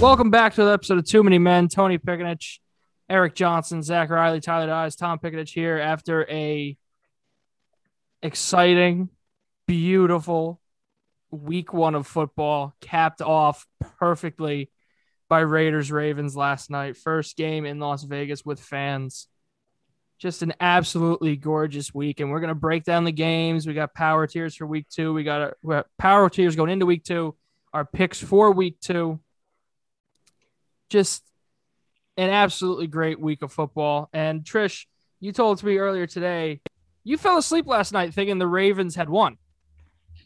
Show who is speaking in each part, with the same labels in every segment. Speaker 1: Welcome back to the episode of Too Many Men. Tony Pickenich, Eric Johnson, Zach Riley, Tyler Dyes, Tom Pickenich here after a exciting, beautiful week one of football, capped off perfectly by Raiders Ravens last night. First game in Las Vegas with fans. Just an absolutely gorgeous week. And we're going to break down the games. We got power tiers for week two. We got, we got power tiers going into week two, our picks for week two. Just an absolutely great week of football. And Trish, you told me earlier today, you fell asleep last night thinking the Ravens had won.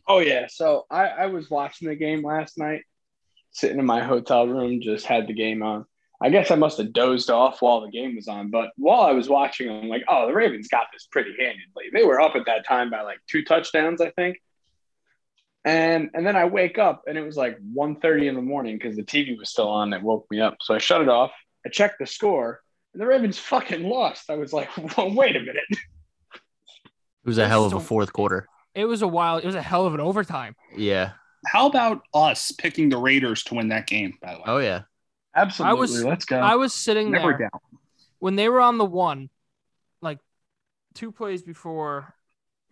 Speaker 2: Oh yeah, so I, I was watching the game last night, sitting in my hotel room, just had the game on. I guess I must have dozed off while the game was on, but while I was watching, I'm like, oh, the Ravens got this pretty handedly. They were up at that time by like two touchdowns, I think. And and then I wake up and it was like 1.30 in the morning because the TV was still on that woke me up. So I shut it off. I checked the score, and the Ravens fucking lost. I was like, well, wait a minute.
Speaker 3: It was a hell of a
Speaker 1: So-
Speaker 3: fourth quarter.
Speaker 1: It was a wild, it was a hell of an overtime.
Speaker 3: Yeah.
Speaker 4: How about us picking the Raiders to win that game, by the way?
Speaker 3: Oh yeah.
Speaker 2: Absolutely.
Speaker 1: was-
Speaker 2: Let's go.
Speaker 1: I was sitting
Speaker 4: Never
Speaker 1: there
Speaker 4: doubt.
Speaker 1: when they were on the one, like two plays before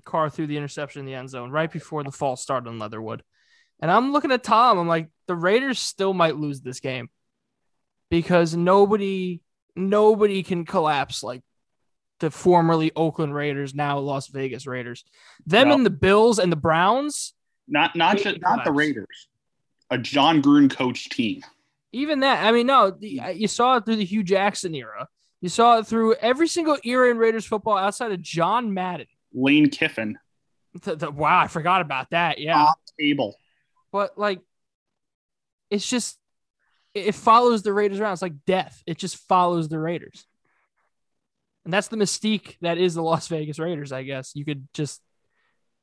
Speaker 1: Carr threw the interception in the end zone, right before the false start on Leatherwood. And I'm looking at Tom, I'm like, the Raiders still might lose this game because nobody nobody can collapse like the formerly Oakland Raiders, now Las Vegas Raiders. Them
Speaker 4: No.
Speaker 1: and the Bills and the Browns,
Speaker 4: Not not ju- not the Raiders. A John Gruden coach team.
Speaker 1: even that i mean no the, you saw it through the hugh jackson era you saw it through every single era in raiders football outside of john madden
Speaker 4: Lane Kiffin.
Speaker 1: Th- th- wow i forgot about that yeah
Speaker 4: Bob Abel.
Speaker 1: but like it's just it it follows the raiders around it's like death it just follows the raiders and that's the mystique that is the las vegas raiders i guess you could just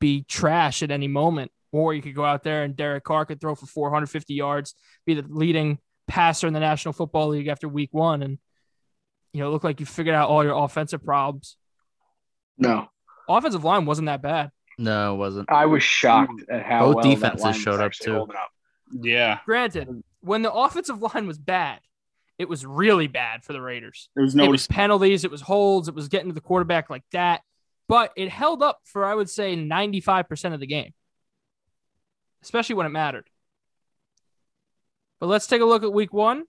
Speaker 1: be trash at any moment or you could go out there and derek carr could throw for 450 yards be the leading passer in the national football league after week one and you know look like you figured out all your offensive problems
Speaker 2: no,
Speaker 1: offensive line wasn't that bad
Speaker 3: No, it wasn't.
Speaker 2: I was shocked at how
Speaker 3: Both
Speaker 2: well that
Speaker 3: defenses
Speaker 2: line was
Speaker 3: showed up,
Speaker 2: actually
Speaker 3: too.
Speaker 2: holding up.
Speaker 4: Yeah.
Speaker 1: Granted, when the offensive line was bad, it was really bad for the Raiders.
Speaker 4: There was
Speaker 1: It was
Speaker 4: notice.
Speaker 1: penalties, it was holds, it was getting to the quarterback like that. But it held up for, I would say, 95% of the game, especially when it mattered. But let's take a look at week one.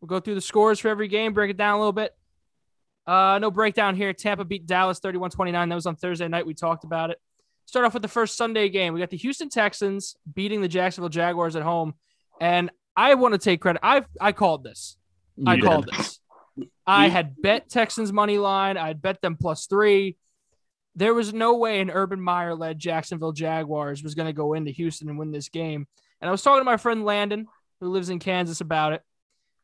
Speaker 1: We'll go through the scores for every game, break it down a little bit. Uh, no breakdown here. Tampa beat Dallas 31 29. That was on Thursday night. We talked about it. Start off with the first Sunday game. We got the Houston Texans beating the Jacksonville Jaguars at home. And I want to take credit. I I called this. I
Speaker 3: You did.
Speaker 1: called this. I had bet Texans money line. I had bet them plus three. There was no way an Urban Meyer led Jacksonville Jaguars was going to go into Houston and win this game. And I was talking to my friend Landon, who lives in Kansas, about it.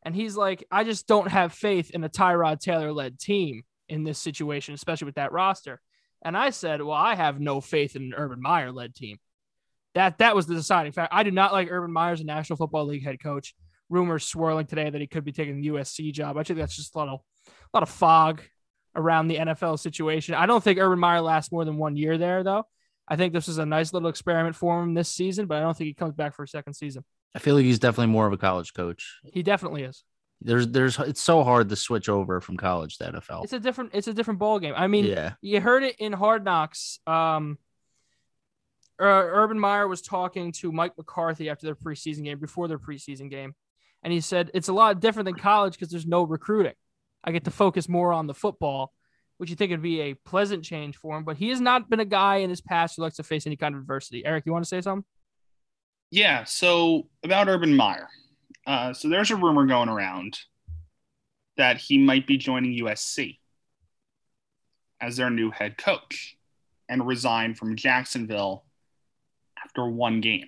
Speaker 1: And he's like, I just don't have faith in a Tyrod Taylor led team in this situation, especially with that roster. And I said, Well, I have no faith in an Urban Meyer led team. That that was the deciding factor. I do not like Urban Meyer as a National Football League head coach. Rumors swirling today that he could be taking the USC job. I think that's just a lot of a lot of fog around the NFL situation. I don't think Urban Meyer lasts more than one year there, though. I think this is a nice little experiment for him this season, but I don't think he comes back for a second season.
Speaker 3: I feel like he's definitely more of a college coach.
Speaker 1: He definitely is.
Speaker 3: There's there's it's so hard to switch over from college to NFL.
Speaker 1: It's a different. It's a different ball game. I mean,
Speaker 3: yeah.
Speaker 1: you heard it in Hard Knocks. Um, Ur- Urban Meyer was talking to Mike McCarthy after their preseason game, before their preseason game, and he said it's a lot different than college because there's no recruiting. I get to focus more on the football, which you think would be a pleasant change for him. But he has not been a guy in his past who likes to face any kind of adversity. Eric, you want to say something?
Speaker 4: Yeah. So about Urban Meyer. Uh, so there's a rumor going around that he might be joining USC as their new head coach and resign from Jacksonville after one game.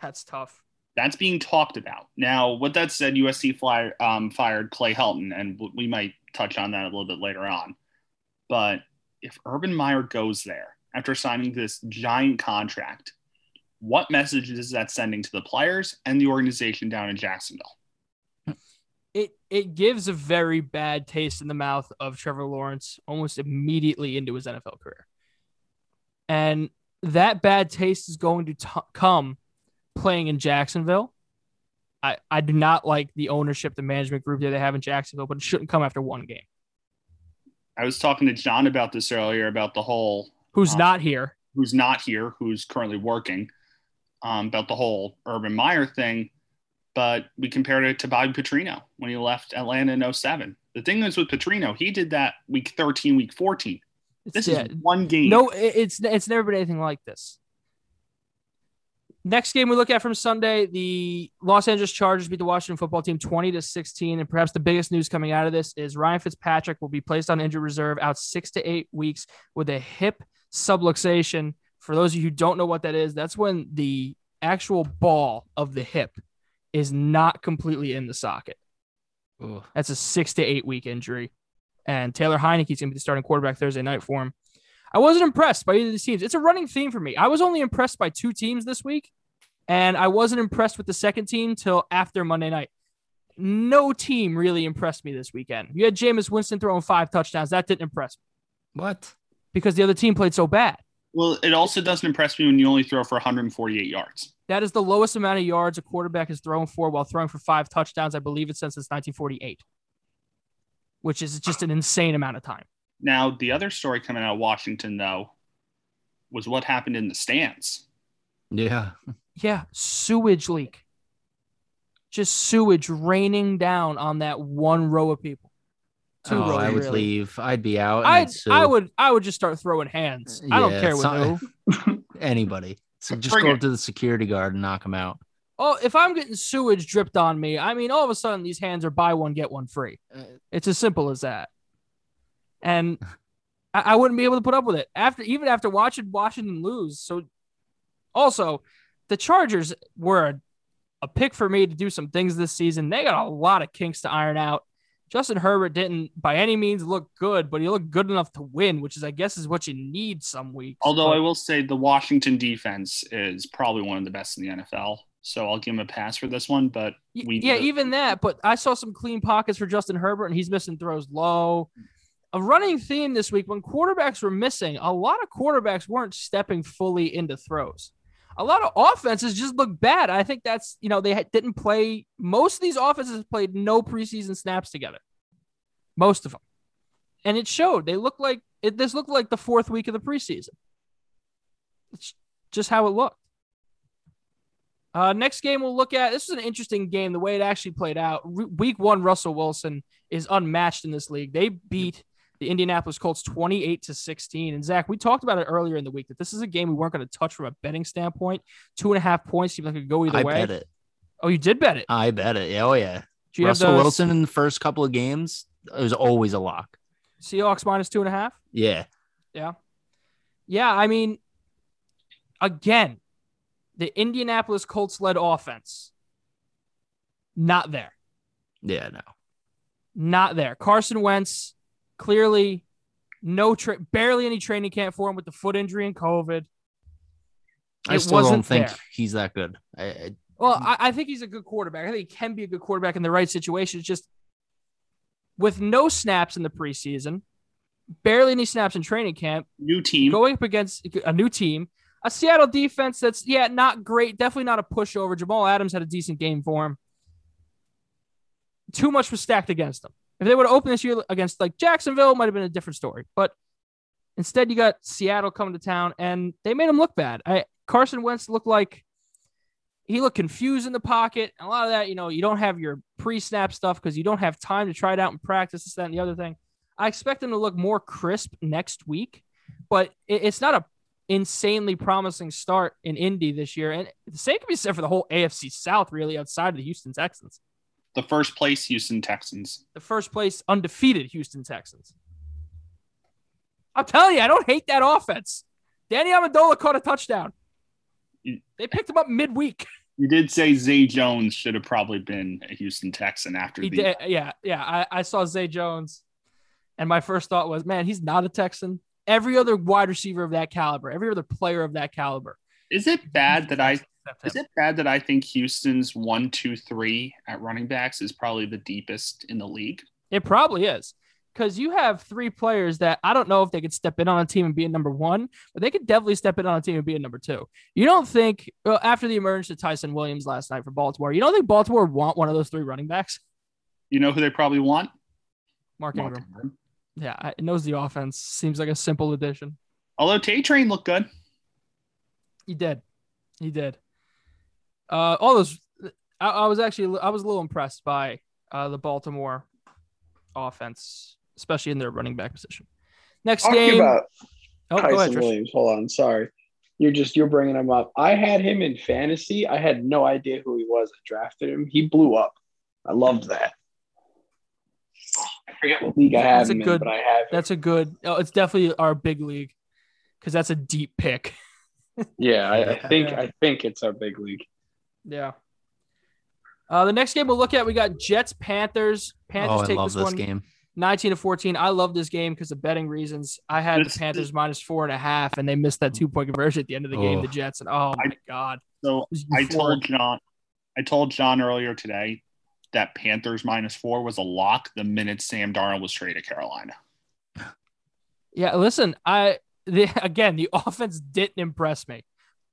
Speaker 1: That's tough.
Speaker 4: That's being talked about. Now, with that said, USC fly, um, fired Clay Helton, and w- we might touch on that a little bit later on. But if Urban Meyer goes there after signing this giant contract, what message is that sending to the players and the organization down in Jacksonville?
Speaker 1: It it gives a very bad taste in the mouth of Trevor Lawrence almost immediately into his NFL career. And that bad taste is going to t- come playing in Jacksonville I, I do not like the ownership, the management group that they have in Jacksonville, but it shouldn't come after one game.
Speaker 4: I was talking to John about this earlier about the whole
Speaker 1: Who's
Speaker 4: Um,
Speaker 1: not here?
Speaker 4: who's not here, who's currently working, um, about the whole Urban Meyer thing. But we compared it to Bobby Petrino when he left Atlanta in 07. The thing is with Petrino, he did that week 13, week 14.
Speaker 1: It's-
Speaker 4: This
Speaker 1: yeah.
Speaker 4: is one game.
Speaker 1: No, it- it's it's never been anything like this. Next game we look at from Sunday, the Los Angeles Chargers beat the Washington football team 20 to 16. And perhaps the biggest news coming out of this is Ryan Fitzpatrick will be placed on injured reserve out six to eight weeks with a hip subluxation. For those of you who don't know what that is, that's when the actual ball of the hip is not completely in the socket.
Speaker 3: Ugh.
Speaker 1: That's a six to eight week injury. And Taylor Heineke's going to be the starting quarterback Thursday night for him. I wasn't impressed by either of these teams. It's a running theme for me. I was only impressed by two teams this week, and I wasn't impressed with the second team till after Monday night. No team really impressed me this weekend. You had Jameis Winston throwing five touchdowns. That didn't impress me
Speaker 3: What?
Speaker 1: because the other team played so bad.
Speaker 4: Well, it also doesn't impress me when you only throw for 148 yards.
Speaker 1: That is the lowest amount of yards a quarterback has thrown for while throwing for five touchdowns. I believe it's since it's 1948, which is just an insane amount of time.
Speaker 4: Now, the other story coming out of Washington, though, was what happened in the stands.
Speaker 3: Yeah.
Speaker 1: Yeah, sewage leak. Just sewage raining down on that one row of people. Two
Speaker 3: oh,
Speaker 1: rows,
Speaker 3: I would
Speaker 1: really.
Speaker 3: leave. I'd be out. and
Speaker 1: I
Speaker 3: sue
Speaker 1: I would I would just start throwing hands. I don't
Speaker 3: Yeah,
Speaker 1: care what
Speaker 3: some-
Speaker 1: who.
Speaker 3: anybody. So just
Speaker 4: Bring
Speaker 3: go
Speaker 4: it.
Speaker 3: up to the security guard and knock him out.
Speaker 1: Oh, if I'm getting sewage dripped on me, I mean, all of a sudden these hands are buy one get one free.
Speaker 3: Uh,
Speaker 1: It's as simple as that. And I, I wouldn't be able to put up with it after even after watching Washington lose. So also the Chargers were a, a pick for me to do some things this season. They got a lot of kinks to iron out. Justin Herbert didn't by any means look good, but he looked good enough to win, which is I guess is what you need some weeks.
Speaker 4: Although
Speaker 1: But-
Speaker 4: I will say the Washington defense is probably one of the best in the NFL. So I'll give him a pass for this one, but
Speaker 1: Y-
Speaker 4: we-
Speaker 1: yeah, even that. But I saw some clean pockets for Justin Herbert, and he's missing throws low. A running theme this week when quarterbacks were missing, a lot of quarterbacks weren't stepping fully into throws. A lot of offenses just look bad. I think that's you know they had- didn't play. Most of these offenses played no preseason snaps together, most of them, and it showed. They looked like it. This looked like the fourth week of the preseason. It's just how it looked. Uh, next game we'll look at. This was an interesting game. The way it actually played out. Re- week one, Russell Wilson is unmatched in this league. They beat the Indianapolis Colts twenty-eight to sixteen. And Zach, we talked about it earlier in the week that this is a game we weren't going to touch from a betting standpoint. Two and a half points seemed like it could go either
Speaker 3: I
Speaker 1: way.
Speaker 3: bet it.
Speaker 1: Oh, you did bet it.
Speaker 3: I bet it. Yeah, Oh yeah.
Speaker 1: Do you
Speaker 3: Russell
Speaker 1: have the
Speaker 3: Wilson in the first couple of games it was always a lock.
Speaker 1: Seahawks minus two and a half?
Speaker 3: Yeah.
Speaker 1: Yeah, I mean, again, the Indianapolis Colts led offense. Not there.
Speaker 3: Yeah. No.
Speaker 1: not there. Carson Wentz, clearly no tra- barely any training camp for him with the foot injury and COVID.
Speaker 3: I
Speaker 1: It
Speaker 3: still don't
Speaker 1: wasn't
Speaker 3: think
Speaker 1: there.
Speaker 3: he's that good. I, I,
Speaker 1: Well, I, I think he's a good quarterback. I think he can be a good quarterback in the right situation. It's just with no snaps in the preseason, barely any snaps in training camp,
Speaker 4: new team.
Speaker 1: going up against a new team, a Seattle defense that's yeah not great, definitely not a pushover. Jamal Adams had a decent game for him. Too much was stacked against them. If they would have opened this year against like Jacksonville, it might have been a different story. But instead, you got Seattle coming to town, and they made him look bad. I, Carson Wentz looked like he looked confused in the pocket. A lot of that, you know, you don't have your pre-snap stuff because you don't have time to try it out and practice this, that, and the other thing. I expect him to look more crisp next week but it, it's not a insanely promising start in Indy this year. And the same can be said for the whole AFC South, really, outside of the Houston Texans.
Speaker 4: the first place Houston Texans.
Speaker 1: The first place undefeated Houston Texans. I'm telling you, I don't hate that offense. Danny Amendola caught a touchdown.
Speaker 4: You-
Speaker 1: They picked him up midweek.
Speaker 4: You did say Zay Jones should have probably been a Houston Texan after
Speaker 1: He
Speaker 4: the
Speaker 1: did, yeah, yeah. I, I saw Zay Jones, and my first thought was, man, he's not a Texan. Every other wide receiver of that caliber, every other player of that caliber.
Speaker 4: Is it bad that I
Speaker 1: except him.
Speaker 4: is it bad that I think Houston's one, two, three at running backs is probably the deepest in the league?
Speaker 1: It probably is. because you have three players that I don't know if they could step in on a team and be a number one, but they could definitely step in on a team and be a number two. You don't think well, after the emergence of Tyson Williams last night for Baltimore, you don't think Baltimore want one of those three running backs?
Speaker 4: You know who they probably want?
Speaker 1: Mark
Speaker 4: Mark
Speaker 1: Ingram.
Speaker 4: Ingram.
Speaker 1: Yeah, I- it knows the offense. Seems like a simple addition.
Speaker 4: Although Tay Train looked good.
Speaker 1: He did. He did. Uh, all those. I, I was actually I was a little impressed by uh, the Baltimore offense, especially in their running back position. Next
Speaker 2: Talking
Speaker 1: game.
Speaker 2: about
Speaker 1: oh, go ahead,
Speaker 2: Tyson
Speaker 1: Trish.
Speaker 2: Williams. Hold on, sorry. You're just you're bringing him up. I had him in fantasy. I had no idea who he was. I drafted him. He blew up. I loved that. I forget what league I have
Speaker 1: That's a
Speaker 2: him in,
Speaker 1: good-
Speaker 2: but I have. him.
Speaker 1: That's a good. Oh, it's definitely our big league because that's a deep pick.
Speaker 2: Yeah, I, I
Speaker 3: Yeah.
Speaker 2: think I think it's our big league.
Speaker 1: Yeah. Uh, the next game we'll look at, we got Jets Panthers. Panthers
Speaker 3: oh, I
Speaker 1: take
Speaker 3: love
Speaker 1: this,
Speaker 3: this
Speaker 1: one
Speaker 3: game.
Speaker 1: 19 to 14. I love this game because of betting reasons. I had
Speaker 4: This-
Speaker 1: the Panthers minus four and a half, and they missed that two point conversion at the end of the game.
Speaker 3: Oh.
Speaker 1: The Jets and oh my god,
Speaker 4: So
Speaker 1: It was
Speaker 4: I
Speaker 1: euphoric.
Speaker 4: told John, I told John earlier today that Panthers minus four was a lock the minute Sam Darnold was traded to Carolina.
Speaker 1: Yeah, listen, I the, again the offense didn't impress me,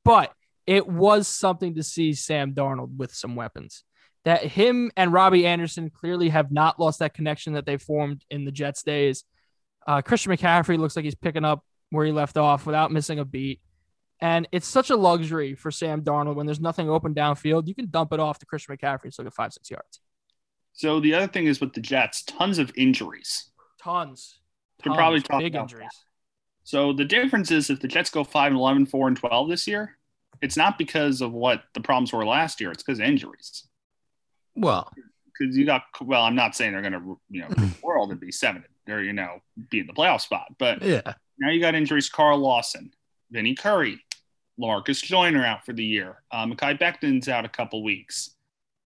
Speaker 1: but it was something to see Sam Darnold with some weapons. That him and Robbie Anderson clearly have not lost that connection that they formed in the Jets days. Uh, Christian McCaffrey looks like he's picking up where he left off without missing a beat. And it's such a luxury for Sam Darnold when there's nothing open downfield. You can dump it off to Christian McCaffrey and still get five, six yards.
Speaker 4: So the other thing is with the Jets, tons of injuries.
Speaker 1: Tons.
Speaker 4: Could
Speaker 1: tons
Speaker 4: probably talk
Speaker 1: big
Speaker 4: about
Speaker 1: injuries.
Speaker 4: So the difference is if the Jets go 5 and 11, 4 and 12 this year, it's not because of what the problems were last year, it's because injuries.
Speaker 3: Well,
Speaker 4: Because you got, well, I'm not saying they're going to, you know, win the world and be seven or, you know, be in the playoff spot, but
Speaker 3: yeah.
Speaker 4: Now you got injuries: Carl Lawson, Vinny Curry, Marcus Joyner out for the year. Uh, Makai Becton's out a couple weeks.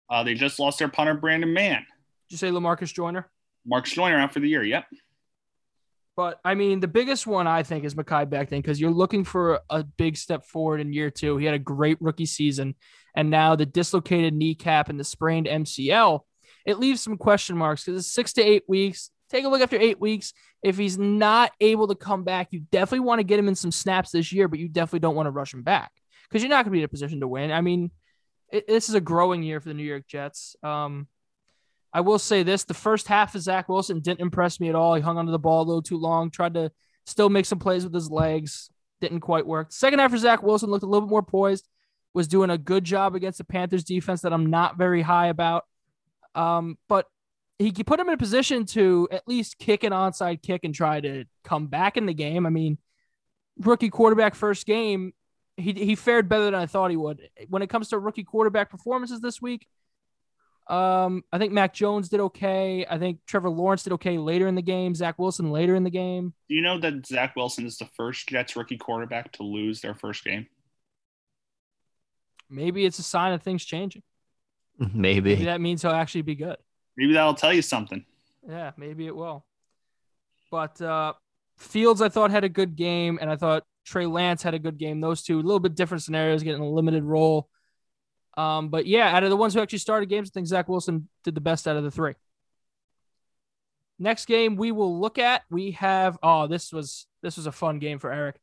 Speaker 4: Uh, they just lost their punter Brandon Mann.
Speaker 1: Did you say Lamarcus Joyner?
Speaker 4: Marcus Joyner out for the year. Yep.
Speaker 1: But I mean, the biggest one I think is Makai Becton because you're looking for a big step forward in year two. He had a great rookie season, and now the dislocated kneecap and the sprained MCL, it leaves some question marks because it's six to eight weeks. Take a look after eight weeks. If he's not able to come back, you definitely want to get him in some snaps this year, but you definitely don't want to rush him back because you're not going to be in a position to win. I mean, it, this is a growing year for the New York Jets. Um, I will say this: the first half of Zach Wilson didn't impress me at all. He hung onto the ball a little too long, tried to still make some plays with his legs, didn't quite work. Second half for Zach Wilson looked a little bit more poised, was doing a good job against the Panthers defense that I'm not very high about. Um, but he could put him in a position to at least kick an onside kick and try to come back in the game. I mean, rookie quarterback first game, he he fared better than I thought he would. When it comes to rookie quarterback performances this week, um, I think Mac Jones did okay. I think Trevor Lawrence did okay later in the game. Zach Wilson later in the game.
Speaker 4: Do you know that Zach Wilson is the first Jets rookie quarterback to lose their first game?
Speaker 1: Maybe it's a sign of things changing. Maybe
Speaker 3: Maybe.
Speaker 1: that means he'll actually be good.
Speaker 4: Maybe that'll tell you something.
Speaker 1: Yeah, maybe it will. But uh, Fields, I thought had a good game, and I thought Trey Lance had a good game. Those two, a little bit different scenarios, getting a limited role. Um, but yeah, out of the ones who actually started games, I think Zach Wilson did the best out of the three. Next game we will look at, we have oh, this was this was a fun game for Eric.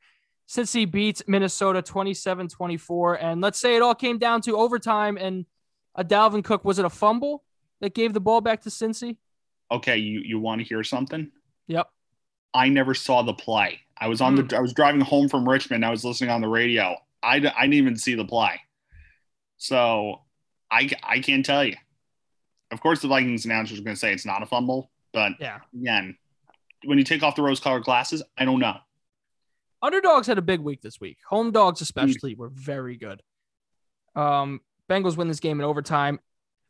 Speaker 1: Since he beats Minnesota 27-24, and let's say it all came down to overtime and a Dalvin Cook, was it a fumble that gave the ball back to Cincy?
Speaker 4: Okay, you you want to hear something?
Speaker 1: Yep.
Speaker 4: I never saw the play. I was
Speaker 1: Hmm.
Speaker 4: on the I was driving home from Richmond. I was listening on the radio. I, d- I didn't even see the play. So I c- I can't tell you. Of course, the Vikings announcers are going to say it's not a fumble, but
Speaker 1: Yeah.
Speaker 4: again, when you take off the rose-colored glasses, I don't know.
Speaker 1: Underdogs had a big week this week. Home dogs, especially, were very good. Um, Bengals win this game in overtime.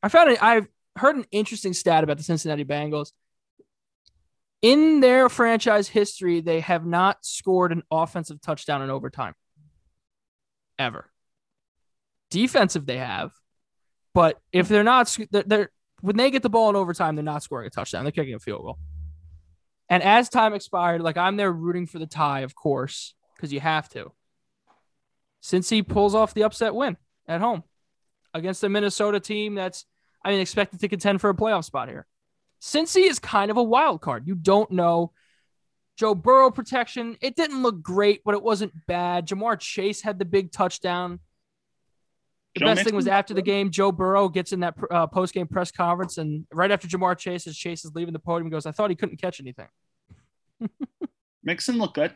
Speaker 1: I found it, I've heard an interesting stat about the Cincinnati Bengals. In their franchise history, they have not scored an offensive touchdown in overtime ever. Defensive, they have, but if they're not, sc- they're, they're when they get the ball in overtime, they're not scoring a touchdown. They're kicking a field goal. And as time expired, like I'm there rooting for the tie, of course, because you have to. Since he pulls off the upset win at home against the Minnesota team that's, I mean, expected to contend for a playoff spot here. Cincy is kind of a wild card. You don't know. Joe Burrow protection. It didn't look great, but it wasn't bad. Jamar Chase had the big touchdown. The
Speaker 4: Joe
Speaker 1: best
Speaker 4: Mixon?
Speaker 1: thing was after the game, Joe Burrow gets in that uh, post game press conference, and right after Jamar Chase, as Chase is leaving the podium, he goes, "I thought he couldn't catch anything."
Speaker 4: Mixon looked good.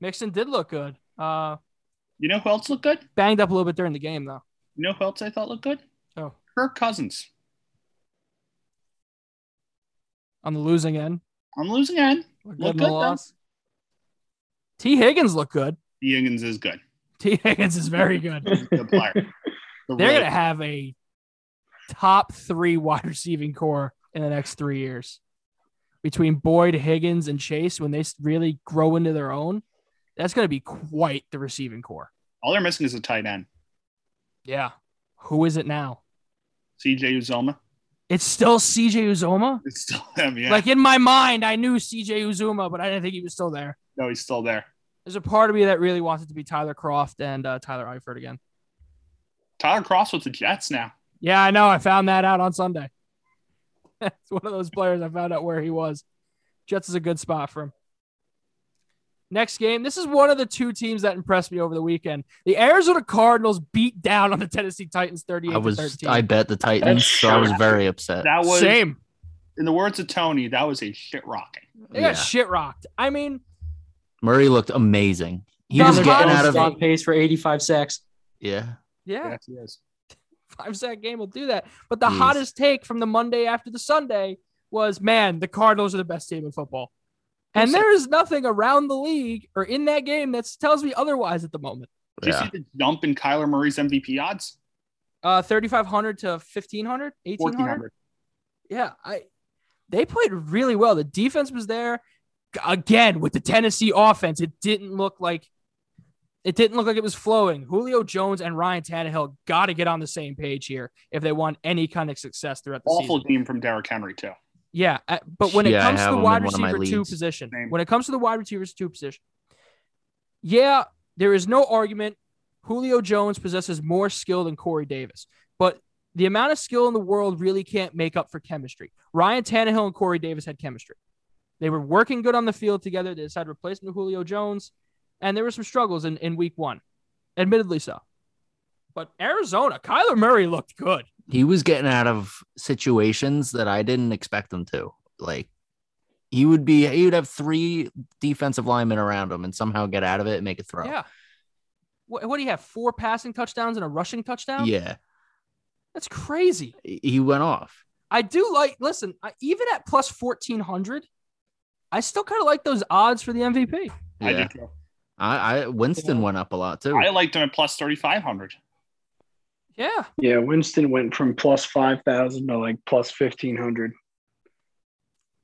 Speaker 1: Mixon did look good. Uh,
Speaker 4: You know who else looked good?
Speaker 1: banged up a little bit during the game, though.
Speaker 4: You know who else I thought looked good?
Speaker 1: Oh.
Speaker 4: Kirk Cousins.
Speaker 1: On the losing end,
Speaker 4: I'm losing end.
Speaker 1: Looked
Speaker 4: Looked
Speaker 1: in the
Speaker 4: good, though.
Speaker 1: loss. T. Higgins looked good.
Speaker 4: Higgins is good.
Speaker 1: T. Higgins is very good.
Speaker 4: He's a good player. The
Speaker 1: They're
Speaker 4: Ravens-
Speaker 1: gonna have a top three wide receiving core in the next three years between Boyd, Higgins, and Chase. When they s- really grow into their own, that's gonna be quite the receiving core.
Speaker 4: All they're missing is a tight end.
Speaker 1: Yeah. Who is it now?
Speaker 4: CJ Uzoma.
Speaker 1: It's still CJ Uzoma.
Speaker 4: It's still him. Yeah.
Speaker 1: Like in my mind, I knew CJ Uzuma, but I didn't think he was still there.
Speaker 4: no, he's still there.
Speaker 1: There's a part of me that really wants it to be Tyler Croft and uh, Tyler Eifert again.
Speaker 4: Tyler Cross with the Jets now.
Speaker 1: Yeah, I know. I found that out on Sunday. It's one of those players I found out where he was. Jets is a good spot for him. Next game. This is one of the two teams that impressed me over the weekend. The Arizona Cardinals beat down on the Tennessee Titans 38
Speaker 3: I was
Speaker 1: 13.
Speaker 3: I bet the Titans, so I was
Speaker 2: shocking.
Speaker 3: very upset.
Speaker 4: That was,
Speaker 1: Same.
Speaker 4: in the words of Tony, that was a shit rocking.
Speaker 1: They
Speaker 3: Yeah.
Speaker 1: got shit rocked. I mean,
Speaker 3: Murray looked amazing. He
Speaker 1: Now
Speaker 3: was
Speaker 1: the
Speaker 3: getting
Speaker 1: Cardinals
Speaker 3: out of
Speaker 1: got-
Speaker 5: on pace for 85 sacks.
Speaker 3: yeah.
Speaker 1: yeah,
Speaker 4: Yes, he is.
Speaker 1: five sack game will do that. But the
Speaker 3: Jeez.
Speaker 1: hottest take from the Monday after the Sunday was man, the Cardinals are the best team in football. And
Speaker 4: said-
Speaker 1: there is nothing around the league or in that game that tells me otherwise at the moment.
Speaker 4: Did
Speaker 3: yeah.
Speaker 4: you see the jump in Kyler Murray's MVP odds?
Speaker 1: Uh, 3,500 to 1,500, 1,800.
Speaker 4: 1400.
Speaker 1: Yeah, I they played really well. The defense was there G- again with the Tennessee offense. It didn't look like it didn't look like it was flowing. Julio Jones and Ryan Tannehill got to get on the same page here if they want any kind of success throughout the
Speaker 4: Awful
Speaker 1: season.
Speaker 4: game from Derrick Henry, too.
Speaker 1: Yeah, uh, but when it
Speaker 3: Yeah, I
Speaker 1: comes to
Speaker 3: have
Speaker 1: the
Speaker 3: him
Speaker 1: wide
Speaker 3: in one of my
Speaker 1: receiver two
Speaker 3: leagues.
Speaker 1: position,
Speaker 4: Same.
Speaker 1: when it comes to the wide receivers two position, yeah, there is no argument. Julio Jones possesses more skill than Corey Davis, but the amount of skill in the world really can't make up for chemistry. Ryan Tannehill and Corey Davis had chemistry. They were working good on the field together. They decided to replace him with Julio Jones, and there were some struggles in, in week one, admittedly so. But Arizona, Kyler Murray looked good.
Speaker 3: he was getting out of situations that I didn't expect him to. Like he would be he would have three defensive linemen around him and somehow get out of it and make a throw.
Speaker 1: Yeah. What, what do you have? Four passing touchdowns and a rushing touchdown?
Speaker 3: Yeah.
Speaker 1: That's crazy.
Speaker 3: He went off.
Speaker 1: I do like, listen, I, even at plus 1400, I still kind of like those odds for the MVP.
Speaker 4: I
Speaker 3: Yeah.
Speaker 4: do too.
Speaker 3: I, I Winston
Speaker 1: Yeah.
Speaker 3: went up a lot too.
Speaker 4: I liked him at plus 3,500.
Speaker 1: Yeah.
Speaker 2: Yeah, Winston went from plus five thousand to like plus fifteen hundred.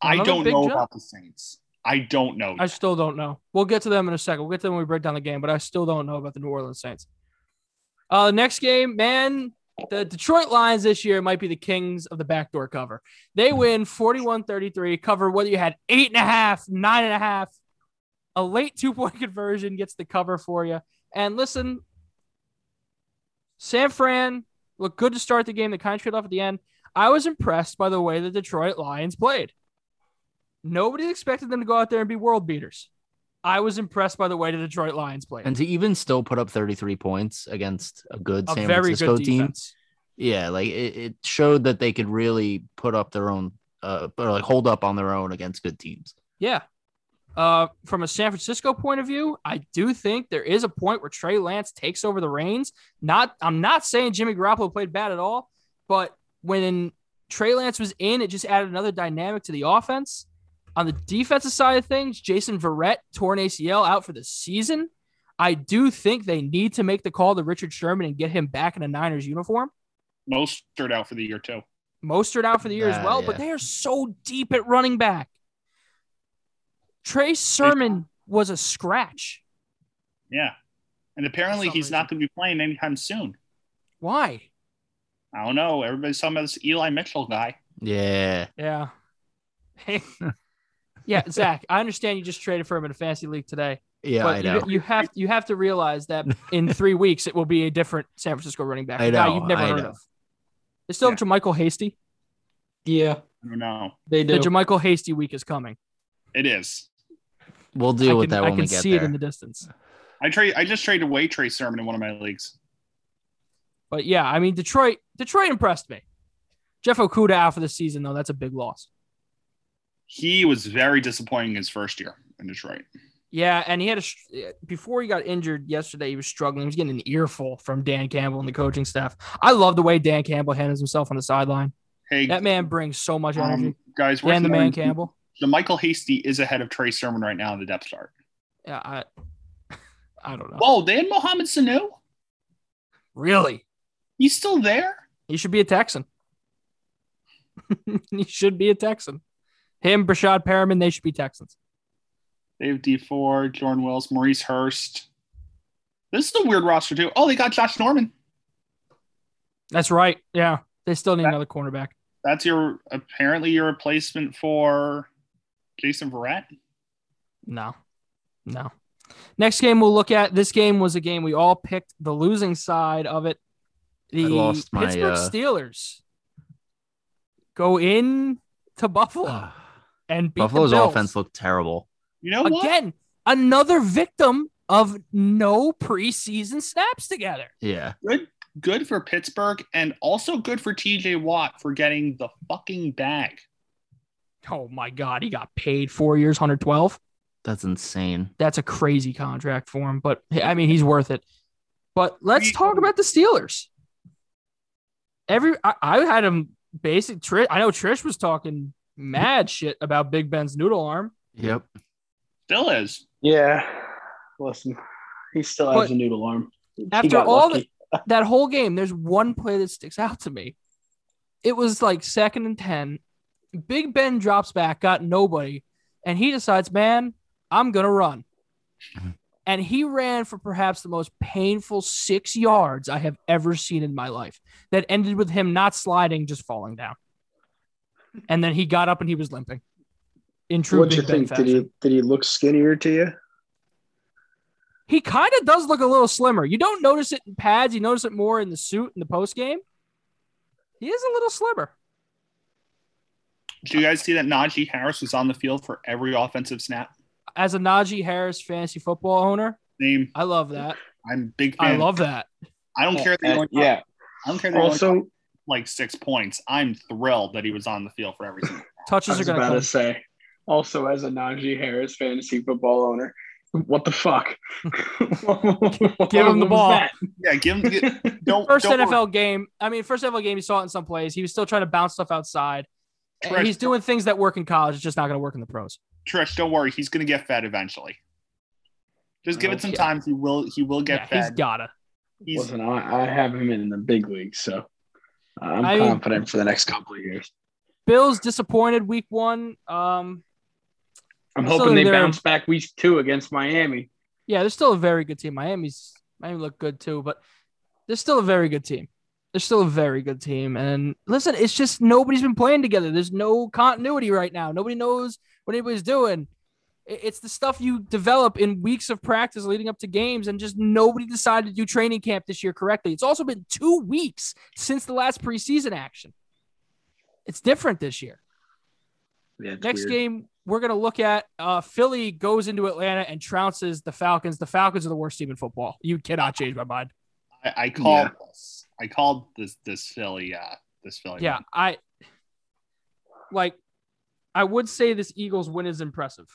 Speaker 4: I
Speaker 1: Another
Speaker 4: don't
Speaker 1: big
Speaker 4: know
Speaker 1: jump.
Speaker 4: about the Saints. I don't know.
Speaker 1: I still don't know. We'll get to them in a second. We'll get to them when we break down the game, but I still don't know about the New Orleans Saints. Uh, the next game, man, the Detroit Lions this year might be the kings of the backdoor cover. They win 41 33, cover whether you had eight and a half, nine and a half. A late two point conversion gets the cover for you. And listen, San Fran looked good to start the game. They kind of trailed off at the end. I was impressed by the way the Detroit Lions played. Nobody expected them to go out there and be world beaters. I was impressed by the way the Detroit Lions played.
Speaker 3: and to even still put up 33 points against a good
Speaker 1: a
Speaker 3: San
Speaker 1: very
Speaker 3: Francisco
Speaker 1: good
Speaker 3: team.
Speaker 1: defense.
Speaker 3: Yeah, like it, it showed that they could really put up their own uh or like hold up on their own against good teams.
Speaker 1: Yeah. Uh, from a San Francisco point of view, I do think there is a point where Trey Lance takes over the reins. Not, I'm not saying Jimmy Garoppolo played bad at all, but when Trey Lance was in, it just added another dynamic to the offense. On the defensive side of things, Jason Verrett torn ACL out for the season. I do think they need to make the call to Richard Sherman and get him back in a Niners uniform.
Speaker 4: Most Mostert out for the year, too.
Speaker 1: Mostert out for the year as
Speaker 3: Ah,
Speaker 1: well, but
Speaker 3: yeah.
Speaker 1: they are so deep at running back. Trey Sermon was a scratch.
Speaker 4: Yeah. And apparently
Speaker 1: some
Speaker 4: he's
Speaker 1: reason.
Speaker 4: not going to be playing anytime soon.
Speaker 1: Why?
Speaker 4: I don't know. Everybody's talking about this Eli Mitchell guy.
Speaker 3: Yeah.
Speaker 1: Yeah. yeah, Zach, I understand you just traded for him in a fantasy league today.
Speaker 3: Yeah,
Speaker 1: but
Speaker 3: I
Speaker 1: you-
Speaker 3: know.
Speaker 1: You, have you have to realize that in three weeks it will be a different San Francisco running back.
Speaker 3: I
Speaker 1: a guy
Speaker 3: know,
Speaker 1: you've never
Speaker 3: I
Speaker 1: heard
Speaker 3: know.
Speaker 1: of. They still
Speaker 4: Yeah.
Speaker 1: have Michael Hasty.
Speaker 5: Yeah.
Speaker 4: I don't know.
Speaker 1: They
Speaker 5: do.
Speaker 1: The Jermichael Hasty week is coming.
Speaker 4: It is.
Speaker 3: We'll deal
Speaker 1: I
Speaker 3: with
Speaker 1: can,
Speaker 3: that
Speaker 1: I
Speaker 3: when
Speaker 1: can
Speaker 3: we get
Speaker 1: see
Speaker 3: there.
Speaker 1: it in the distance.
Speaker 4: I trade. I just traded away Trey Sermon in one of my leagues.
Speaker 1: But yeah, I mean Detroit. Detroit impressed me. Jeff Okuda out for the season though. That's a big loss.
Speaker 4: He was very disappointing his first year in Detroit.
Speaker 1: Yeah, and he had a str- before he got injured yesterday. He was struggling. He was getting an earful from Dan Campbell and the coaching staff. I love the way Dan Campbell handles himself on the sideline.
Speaker 4: Hey,
Speaker 1: That man brings so much energy.
Speaker 4: um, guys, worth
Speaker 1: Dan the man
Speaker 4: noting,
Speaker 1: Campbell.
Speaker 4: The Michael Hasty is ahead of Trey Sermon right now in the depth chart.
Speaker 1: Yeah, I, I don't know.
Speaker 4: Whoa, they had Mohamed Sanu.
Speaker 1: really,
Speaker 4: He's still there.
Speaker 1: he should be a Texan. he should be a Texan. Him, Brashad Perriman, they should be Texans.
Speaker 4: They have D four, Jordan Wells, Maurice Hurst. This is a weird roster too. Oh, they got Josh Norman.
Speaker 1: That's right. Yeah, they still need
Speaker 4: That-
Speaker 1: another cornerback.
Speaker 4: That's your apparently your replacement for Jason Verrett.
Speaker 1: No, no. Next game we'll look at. This game was a game we all picked the losing side of it. The
Speaker 3: lost my,
Speaker 1: Pittsburgh
Speaker 3: uh,
Speaker 1: Steelers go in to Buffalo and beat
Speaker 3: Ah, Buffalo's
Speaker 1: the Bills.
Speaker 3: offense looked terrible.
Speaker 4: You know what?
Speaker 1: again. Another victim of no preseason snaps together.
Speaker 3: Yeah.
Speaker 4: Good for Pittsburgh and also good for TJ Watt for getting the fucking bag.
Speaker 1: Oh my God, he got paid four years, hundred twelve.
Speaker 3: That's insane.
Speaker 1: That's a crazy contract for him, but I mean, he's worth it. But let's
Speaker 4: He-
Speaker 1: talk about the Steelers. Every I, I had him basic. Trish, I know Trish was talking mad shit about Big Ben's noodle arm.
Speaker 3: Yep.
Speaker 4: Still is.
Speaker 2: Yeah. Listen, he still has a
Speaker 1: But-
Speaker 2: noodle arm. He
Speaker 1: After
Speaker 2: got
Speaker 1: all
Speaker 2: lucky.
Speaker 1: That whole game, there's one play that sticks out to me. It was like second and ten. Big Ben drops back, got nobody, and he decides, man, I'm gonna run. And he ran for perhaps the most painful six yards I have ever seen in my life. That ended with him not sliding, just falling down. And then he got up and he was limping. In true
Speaker 2: What'd you
Speaker 1: Big Ben
Speaker 2: think? Did he
Speaker 1: fashion,
Speaker 2: did he look skinnier to you?
Speaker 1: he, kind of does look a little slimmer. You don't notice it in pads. You notice it more in the suit in the post game. He is a little slimmer.
Speaker 4: Did you guys see that Najee Harris was on the field for every offensive snap?
Speaker 1: as a Najee Harris fantasy football owner,
Speaker 4: Name.
Speaker 1: I love that.
Speaker 4: I'm a big
Speaker 1: I
Speaker 4: fan.
Speaker 1: love that.
Speaker 4: I don't care. That
Speaker 2: Uh,
Speaker 4: he only got-
Speaker 2: yeah.
Speaker 4: I don't care. That he only got,
Speaker 2: Also,
Speaker 4: like six points. I'm thrilled that he was on the field for every single.
Speaker 2: I
Speaker 1: Touches are
Speaker 2: was
Speaker 1: going to
Speaker 2: about
Speaker 1: come.
Speaker 2: to say. Also, as a Najee Harris fantasy football owner, what the fuck?
Speaker 1: Give him the
Speaker 2: What was
Speaker 1: ball.
Speaker 2: that?
Speaker 4: yeah, give him. Get, don't
Speaker 1: First
Speaker 4: don't
Speaker 1: NFL game. I mean, first NFL game, you saw it in some plays. He was still trying to bounce stuff outside. And
Speaker 4: Correct.
Speaker 1: He's doing things that work in college. It's just not going to work in the pros.
Speaker 4: Trish, don't worry. He's going to get fed eventually. Just give it some
Speaker 1: Okay.
Speaker 4: time. He will. He will
Speaker 1: Yeah,
Speaker 4: get
Speaker 1: he's
Speaker 4: fed.
Speaker 1: got to.
Speaker 4: He's-
Speaker 2: Listen, I, I have him in the big league, so uh, I'm
Speaker 1: I mean-
Speaker 2: confident for the next couple of years.
Speaker 1: Bills disappointed week one. Um,
Speaker 2: I'm
Speaker 1: So
Speaker 2: hoping they
Speaker 1: they're-
Speaker 2: bounce back week two against Miami.
Speaker 1: yeah, they're still a very good team. Miami's Miami looked good too, but they're still a very good team. They're still a very good team. And listen, it's just nobody's been playing together. There's no continuity right now. Nobody knows what anybody's doing. I- It's the stuff you develop in weeks of practice leading up to games, and just nobody decided to do training camp this year correctly. It's also been two weeks since the last preseason action. It's different this year.
Speaker 2: Yeah, it's
Speaker 1: Next
Speaker 2: weird.
Speaker 1: game we're going to look at uh, Philly goes into Atlanta and trounces the Falcons. The Falcons are the worst team in football. You cannot change my mind.
Speaker 4: I, I called this. I called this. This Philly. Uh, this Philly.
Speaker 1: Yeah, I like. I would say this Eagles win is impressive.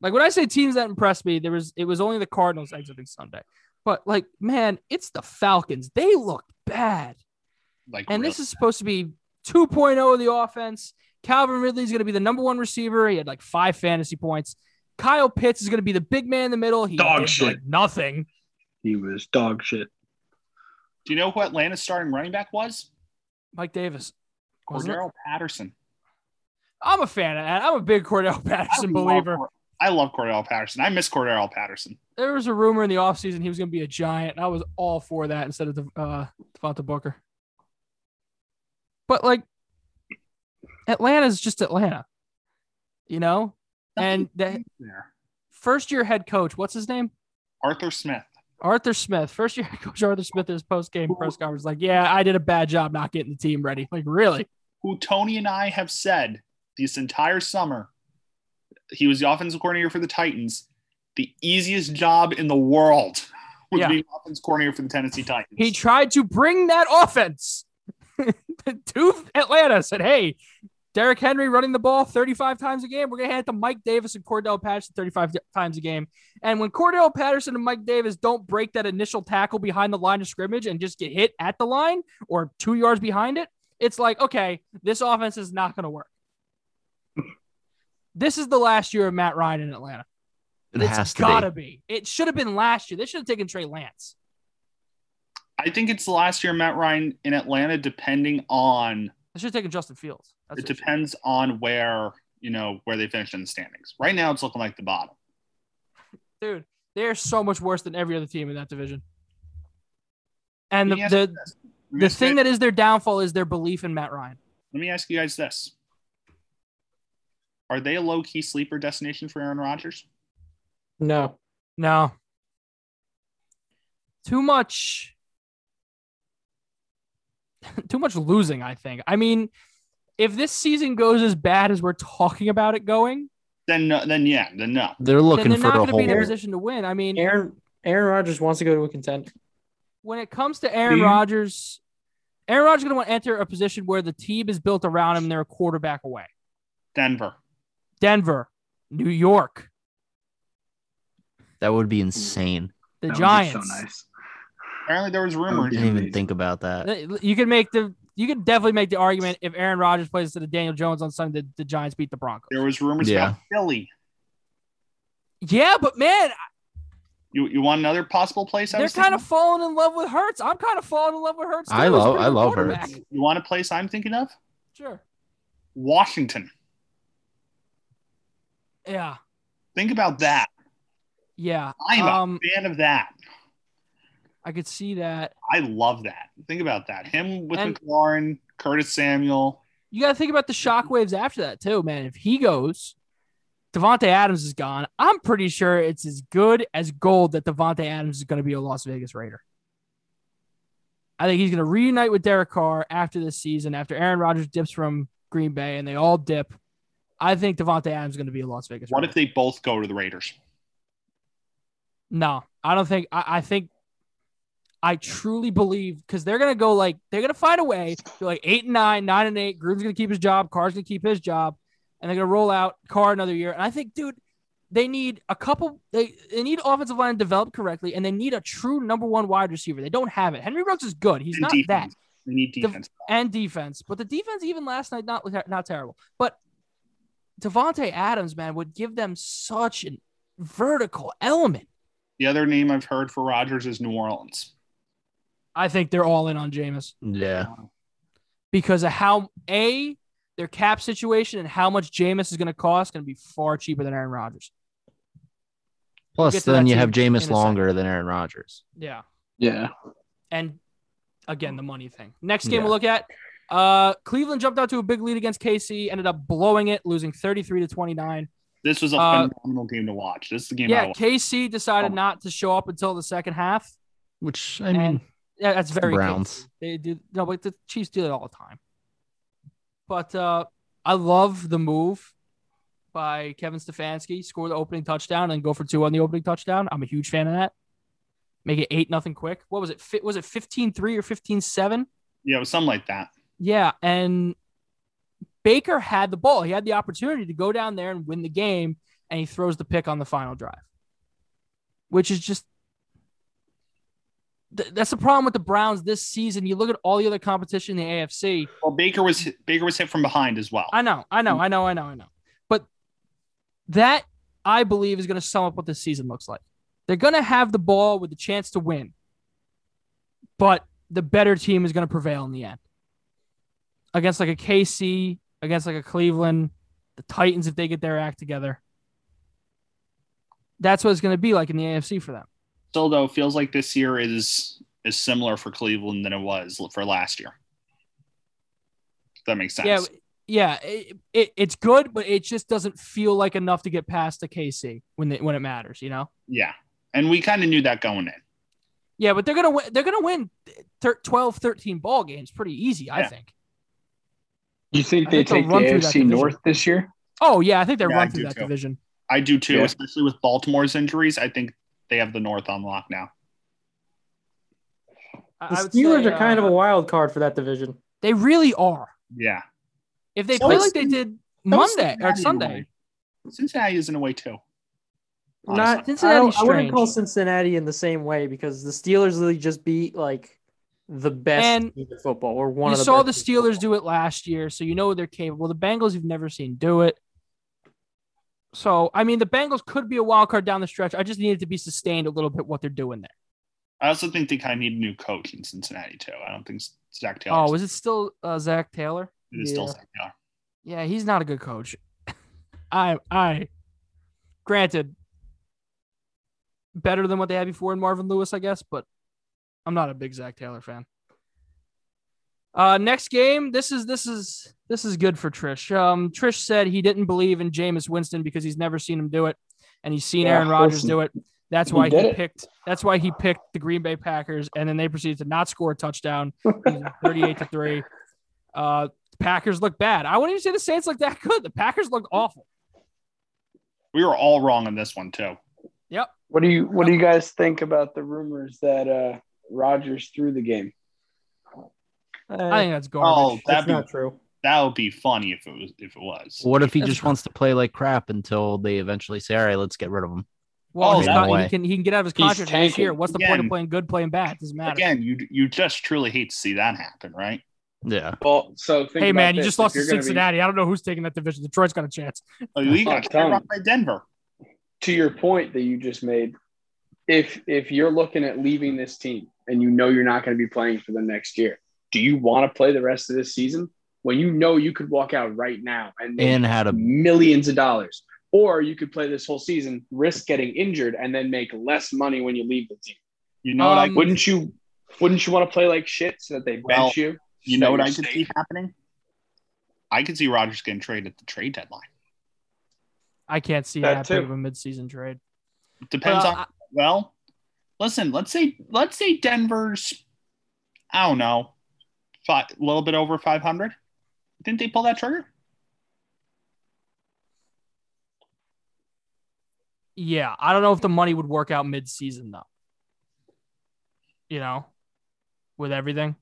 Speaker 1: Like when I say teams that impressed me, there was it was only the Cardinals exiting Sunday, but like man, it's the Falcons. They look bad.
Speaker 4: Like.
Speaker 1: And
Speaker 4: really.
Speaker 1: this is supposed to be 2.0 of the offense. Calvin Ridley's going to be the number one receiver. He had like five fantasy points. Kyle Pitts is going to be the big man in the middle. He
Speaker 2: Dog
Speaker 1: did,
Speaker 2: shit.
Speaker 1: like nothing.
Speaker 2: He was dog shit.
Speaker 4: Do you know who Atlanta's starting running back was?
Speaker 1: Mike Davis. wasn't it?
Speaker 4: Cordero Patterson.
Speaker 1: I'm a fan of that. I'm a big Cordell Patterson
Speaker 4: I love
Speaker 1: believer.
Speaker 4: Cor- I love Cordell Patterson. I miss Cordell Patterson.
Speaker 1: There was a rumor in the offseason he was going to be a giant, and I was all for that instead of uh, Devonta Booker. But like, Atlanta's just Atlanta, you know. And the
Speaker 4: There.
Speaker 1: first year head coach, what's his name?
Speaker 4: Arthur Smith.
Speaker 1: Arthur Smith, first year head coach Arthur Smith at his post game press conference, like, yeah, I did a bad job not getting the team ready. Like, really?
Speaker 4: who Tony and I have said this entire summer, he was the offensive coordinator for the Titans, the easiest job in the world would
Speaker 1: Yeah.
Speaker 4: be offensive coordinator for the Tennessee Titans.
Speaker 1: He tried to bring that offense to Atlanta. Said, "Hey, Derrick Henry running the ball 35 times a game. We're gonna hand it to Mike Davis and Cordell Patterson 35 di- times a game. And when Cordell Patterson and Mike Davis don't break that initial tackle behind the line of scrimmage and just get hit at the line or two yards behind it, it's like, okay, this offense is not gonna work. this is the last year of Matt Ryan in Atlanta.
Speaker 3: It
Speaker 1: It's
Speaker 3: has to
Speaker 1: gotta
Speaker 3: be.
Speaker 1: be. It should have been last year. They should have taken Trey Lance.
Speaker 4: I think it's the last year Matt Ryan in Atlanta, depending on
Speaker 1: They should have taken Justin Fields. That's
Speaker 4: it
Speaker 1: what it should-
Speaker 4: depends on where you know where they finish in the standings. Right now, it's looking like the bottom.
Speaker 1: dude, they're so much worse than every other team in that division. And the,
Speaker 4: Let me ask
Speaker 1: the,
Speaker 4: you this. Let me
Speaker 1: the
Speaker 4: ask you
Speaker 1: thing
Speaker 4: guys-
Speaker 1: that is their downfall is their belief in Matt Ryan.
Speaker 4: let me ask you guys this: Are they a low key sleeper destination for Aaron Rodgers?
Speaker 5: No.
Speaker 1: No. Too much. Too much losing, I think. I mean, if this season goes as bad as we're talking about it going,
Speaker 4: Then no, then yeah, then no.
Speaker 3: They're looking
Speaker 1: then
Speaker 3: for
Speaker 1: they're
Speaker 3: a
Speaker 1: not going to be in a
Speaker 3: hole.
Speaker 1: position to win. I mean,
Speaker 5: Aaron Aaron Rodgers wants to go to a contender.
Speaker 1: when it comes to Aaron
Speaker 4: Mhm.
Speaker 1: Rodgers, Aaron Rodgers is going to want to enter a position where the team is built around him. They're a quarterback away.
Speaker 4: Denver.
Speaker 1: Denver, New York,
Speaker 3: That would be insane.
Speaker 2: That
Speaker 1: the
Speaker 2: would be
Speaker 1: Giants.
Speaker 2: So nice.
Speaker 4: Apparently, there was rumors.
Speaker 3: I
Speaker 2: Yeah,
Speaker 3: didn't even
Speaker 2: please.
Speaker 3: think about that.
Speaker 1: Uh, You can make the you can definitely make the argument if Aaron Rodgers plays instead of Daniel Jones on Sunday, the, the Giants beat the Broncos.
Speaker 4: There was rumors
Speaker 3: Yeah.
Speaker 4: about Philly.
Speaker 1: Yeah, but man,
Speaker 4: You, you want another possible place? I
Speaker 1: they're
Speaker 4: was thinking
Speaker 1: kind of falling in love with Hurts. I'm kind of falling in love with Hurts. too.
Speaker 3: I
Speaker 1: He's
Speaker 3: love-
Speaker 1: pretty
Speaker 3: I
Speaker 1: good
Speaker 3: love
Speaker 1: quarterback.
Speaker 3: Hurts.
Speaker 4: You want a place I'm thinking of?
Speaker 1: Sure.
Speaker 4: Washington.
Speaker 1: Yeah.
Speaker 4: Think about that.
Speaker 1: Yeah.
Speaker 4: I'm
Speaker 1: Um,
Speaker 4: a fan of that.
Speaker 1: I could see that.
Speaker 4: I love that. Think about that. Him with
Speaker 1: And-
Speaker 4: McLaurin, Curtis Samuel.
Speaker 1: You got to think about the shockwaves after that too, man. If he goes, Devonte Adams is gone. I'm pretty sure it's as good as gold that Devonte Adams is going to be a Las Vegas Raider. I think he's going to reunite with Derek Carr after this season, after Aaron Rodgers dips from Green Bay and they all dip. I think Devonte Adams is going to be a Las Vegas.
Speaker 4: What
Speaker 1: Raider.
Speaker 4: if they both go to the Raiders?
Speaker 1: No, I don't think. I, I think I truly believe because they're gonna go like they're gonna find a way to like eight and nine, nine and eight. Gruden's gonna keep his job. Carr's gonna keep his job, and they're gonna roll out Carr another year. And I think, dude, they need a couple. They they need offensive line to develop correctly, and they need a true number one wide receiver. They don't have it. Henry Ruggs is good. He's
Speaker 4: And
Speaker 1: not that
Speaker 4: defense. They need
Speaker 1: The-
Speaker 4: defense.
Speaker 1: and defense, but the defense even last night not not terrible. But Devonte Adams, man, would give them such an vertical element.
Speaker 4: The other name I've heard for Rodgers is New Orleans.
Speaker 1: I think they're all in on Jameis
Speaker 3: Yeah.
Speaker 1: because of how a their cap situation and how much Jameis is going to cost going to be far cheaper than Aaron Rodgers.
Speaker 3: Plus,
Speaker 1: get to
Speaker 3: then
Speaker 1: that
Speaker 3: you have
Speaker 1: team in a
Speaker 3: Jameis
Speaker 1: second.
Speaker 3: longer than Aaron Rodgers.
Speaker 1: Yeah,
Speaker 2: Yeah.
Speaker 1: and again the money thing. Next game
Speaker 3: Yeah.
Speaker 1: we'll look at. Uh, Cleveland jumped out to a big lead against KC, ended up blowing it, losing thirty three to twenty nine.
Speaker 4: This was a
Speaker 1: Uh,
Speaker 4: phenomenal game to watch. This is the game I
Speaker 1: Yeah,
Speaker 4: watched.
Speaker 1: KC decided
Speaker 4: Oh.
Speaker 1: not to show up until the second half.
Speaker 3: Which I mean,
Speaker 1: And- Yeah, that's
Speaker 3: the
Speaker 1: very
Speaker 3: Browns.
Speaker 1: KC. They do no, but the Chiefs do it all the time. But uh, I love the move by Kevin Stefanski. Score the opening touchdown and go for two on the opening touchdown. I'm a huge fan of that. Make it eight nothing quick. What was it? Fi- Was it 15-3 or 15-7?
Speaker 4: Yeah, it was something like that.
Speaker 1: Yeah, and Baker had the ball. He had the opportunity to go down there and win the game, and he throws the pick on the final drive, which is just th- that's the problem with the Browns this season. You look at all the other competition in the AFC.
Speaker 4: Well, Baker was hit- Baker was hit from behind as well.
Speaker 1: I know, I know, I know, I know, I know. But that I believe is going to sum up what this season looks like. They're going to have the ball with the chance to win, but the better team is going to prevail in the end. Against like a KC, against like a Cleveland, the Titans, if they get their act together, that's what it's going to be like in the AFC for them.
Speaker 4: Still though, feels like this year is is similar for Cleveland than it was for last year. If that makes sense.
Speaker 1: Yeah, yeah, it, it, it's good, but it just doesn't feel like enough to get past the KC when they, when it matters, you know.
Speaker 4: Yeah. And we kind of knew that going in.
Speaker 1: Yeah, but they're gonna win. They're gonna win thir- 12, 13 ball games pretty easy, I
Speaker 4: Yeah.
Speaker 1: think.
Speaker 2: You think
Speaker 1: I
Speaker 2: they
Speaker 1: think they'll
Speaker 2: take the
Speaker 1: run through that
Speaker 2: AFC
Speaker 1: division.
Speaker 2: North this year?
Speaker 1: Oh yeah, I think they're
Speaker 4: Yeah, I
Speaker 1: run through
Speaker 4: do
Speaker 1: that
Speaker 4: too.
Speaker 1: division.
Speaker 4: I do too,
Speaker 2: Yeah.
Speaker 4: especially with Baltimore's injuries. I think they have the North on lock now.
Speaker 1: I,
Speaker 5: The
Speaker 1: I would
Speaker 5: Steelers
Speaker 1: say,
Speaker 5: are kind of
Speaker 1: uh,
Speaker 5: a wild card for that division.
Speaker 1: They really are.
Speaker 4: Yeah.
Speaker 1: If they
Speaker 4: So
Speaker 1: play
Speaker 4: is-
Speaker 1: like they
Speaker 4: so
Speaker 1: did
Speaker 4: is
Speaker 1: Monday or
Speaker 4: Cincinnati in a
Speaker 1: Sunday,
Speaker 4: way. Cincinnati is in a way too.
Speaker 5: Not
Speaker 4: Honestly.
Speaker 5: I,
Speaker 1: Cincinnati's
Speaker 5: don't- I wouldn't
Speaker 1: strange.
Speaker 5: call Cincinnati in the same way because the Steelers really just beat like the best
Speaker 1: And
Speaker 5: team in football or one
Speaker 1: you
Speaker 5: of the
Speaker 1: saw the
Speaker 5: best
Speaker 1: Steelers do it last year, so you know they're capable. The Bengals you've never seen do it. So I mean, the Bengals could be a wild card down the stretch. I just need it to be sustained a little bit what they're doing there.
Speaker 4: I also think they kind of need a new coach in Cincinnati too. I don't think Zach Taylor.
Speaker 1: Oh, is it still uh, Zach Taylor?
Speaker 4: it is still
Speaker 5: yeah.
Speaker 4: Zach Taylor.
Speaker 1: Yeah, he's not a good coach. I I granted better than what they had before in Marvin Lewis, I guess, but I'm not a big Zach Taylor fan. Uh next game, this is this is this is good for Trish. Um Trish said he didn't believe in Jameis Winston because he's never seen him do it and he's seen
Speaker 2: Yeah,
Speaker 1: Aaron Rodgers
Speaker 2: listen,
Speaker 1: do it. That's
Speaker 2: he
Speaker 1: why he,
Speaker 2: did it.
Speaker 1: picked that's why he picked the Green Bay Packers and then they proceeded to not score a touchdown 38 to 3. Uh Packers look bad. I wouldn't even say the Saints look that good. The Packers look awful.
Speaker 4: We were all wrong on this one too.
Speaker 2: What do you What do you
Speaker 1: Uh,
Speaker 2: guys think about the rumors that uh, Rodgers threw the game?
Speaker 5: football. Uh,
Speaker 1: I think that's
Speaker 4: Oh,
Speaker 1: garbage.
Speaker 5: that's
Speaker 4: that'd be
Speaker 5: not true.
Speaker 4: that would be funny if it was if it was.
Speaker 3: What if he
Speaker 1: That's
Speaker 3: just wants to play like crap until they eventually say, all right, let's get rid of him?
Speaker 1: well,
Speaker 4: oh,
Speaker 1: his
Speaker 4: that
Speaker 1: con-
Speaker 3: way.
Speaker 1: he can he can get out of his
Speaker 2: He's
Speaker 1: contract next year.
Speaker 2: tanking.
Speaker 1: What's the point of
Speaker 4: Again.
Speaker 1: playing good, playing bad? Doesn't matter.
Speaker 4: Again, you you just truly hate to see that happen, right?
Speaker 3: Yeah.
Speaker 2: Well, so think
Speaker 1: hey
Speaker 2: about
Speaker 1: man, you
Speaker 2: this.
Speaker 1: just
Speaker 2: If
Speaker 1: lost to
Speaker 2: you're gonna be-
Speaker 1: Cincinnati. I don't know who's taking that division. Detroit's got a chance.
Speaker 4: Oh, you
Speaker 2: Oh,
Speaker 4: got
Speaker 2: done.
Speaker 4: rocked by Denver.
Speaker 2: to your point that you just made, if if you're looking at leaving this team and you know you're not going to be playing for them next year, do you want to play the rest of this season when you know you could walk out right now and make
Speaker 3: And had a
Speaker 2: millions of dollars, or you could play this whole season, risk getting injured, and then make less money when you leave the team?
Speaker 4: You know what I
Speaker 1: Um,
Speaker 2: Wouldn't you? Wouldn't you want to play like shit so that they bench
Speaker 4: Well,
Speaker 2: you?
Speaker 4: you
Speaker 2: so
Speaker 4: know what
Speaker 2: you're
Speaker 4: I could
Speaker 2: safe?
Speaker 4: see happening? I could see Rogers getting traded at the trade deadline.
Speaker 1: I can't see that,
Speaker 2: That
Speaker 1: big
Speaker 2: too.
Speaker 1: of a midseason trade.
Speaker 4: Depends
Speaker 1: Well,
Speaker 4: on well, listen, let's say let's say Denver's I don't know, a little bit over 500. Didn't they pull that trigger?
Speaker 1: Yeah, I don't know if the money would work out midseason though. You know, with everything,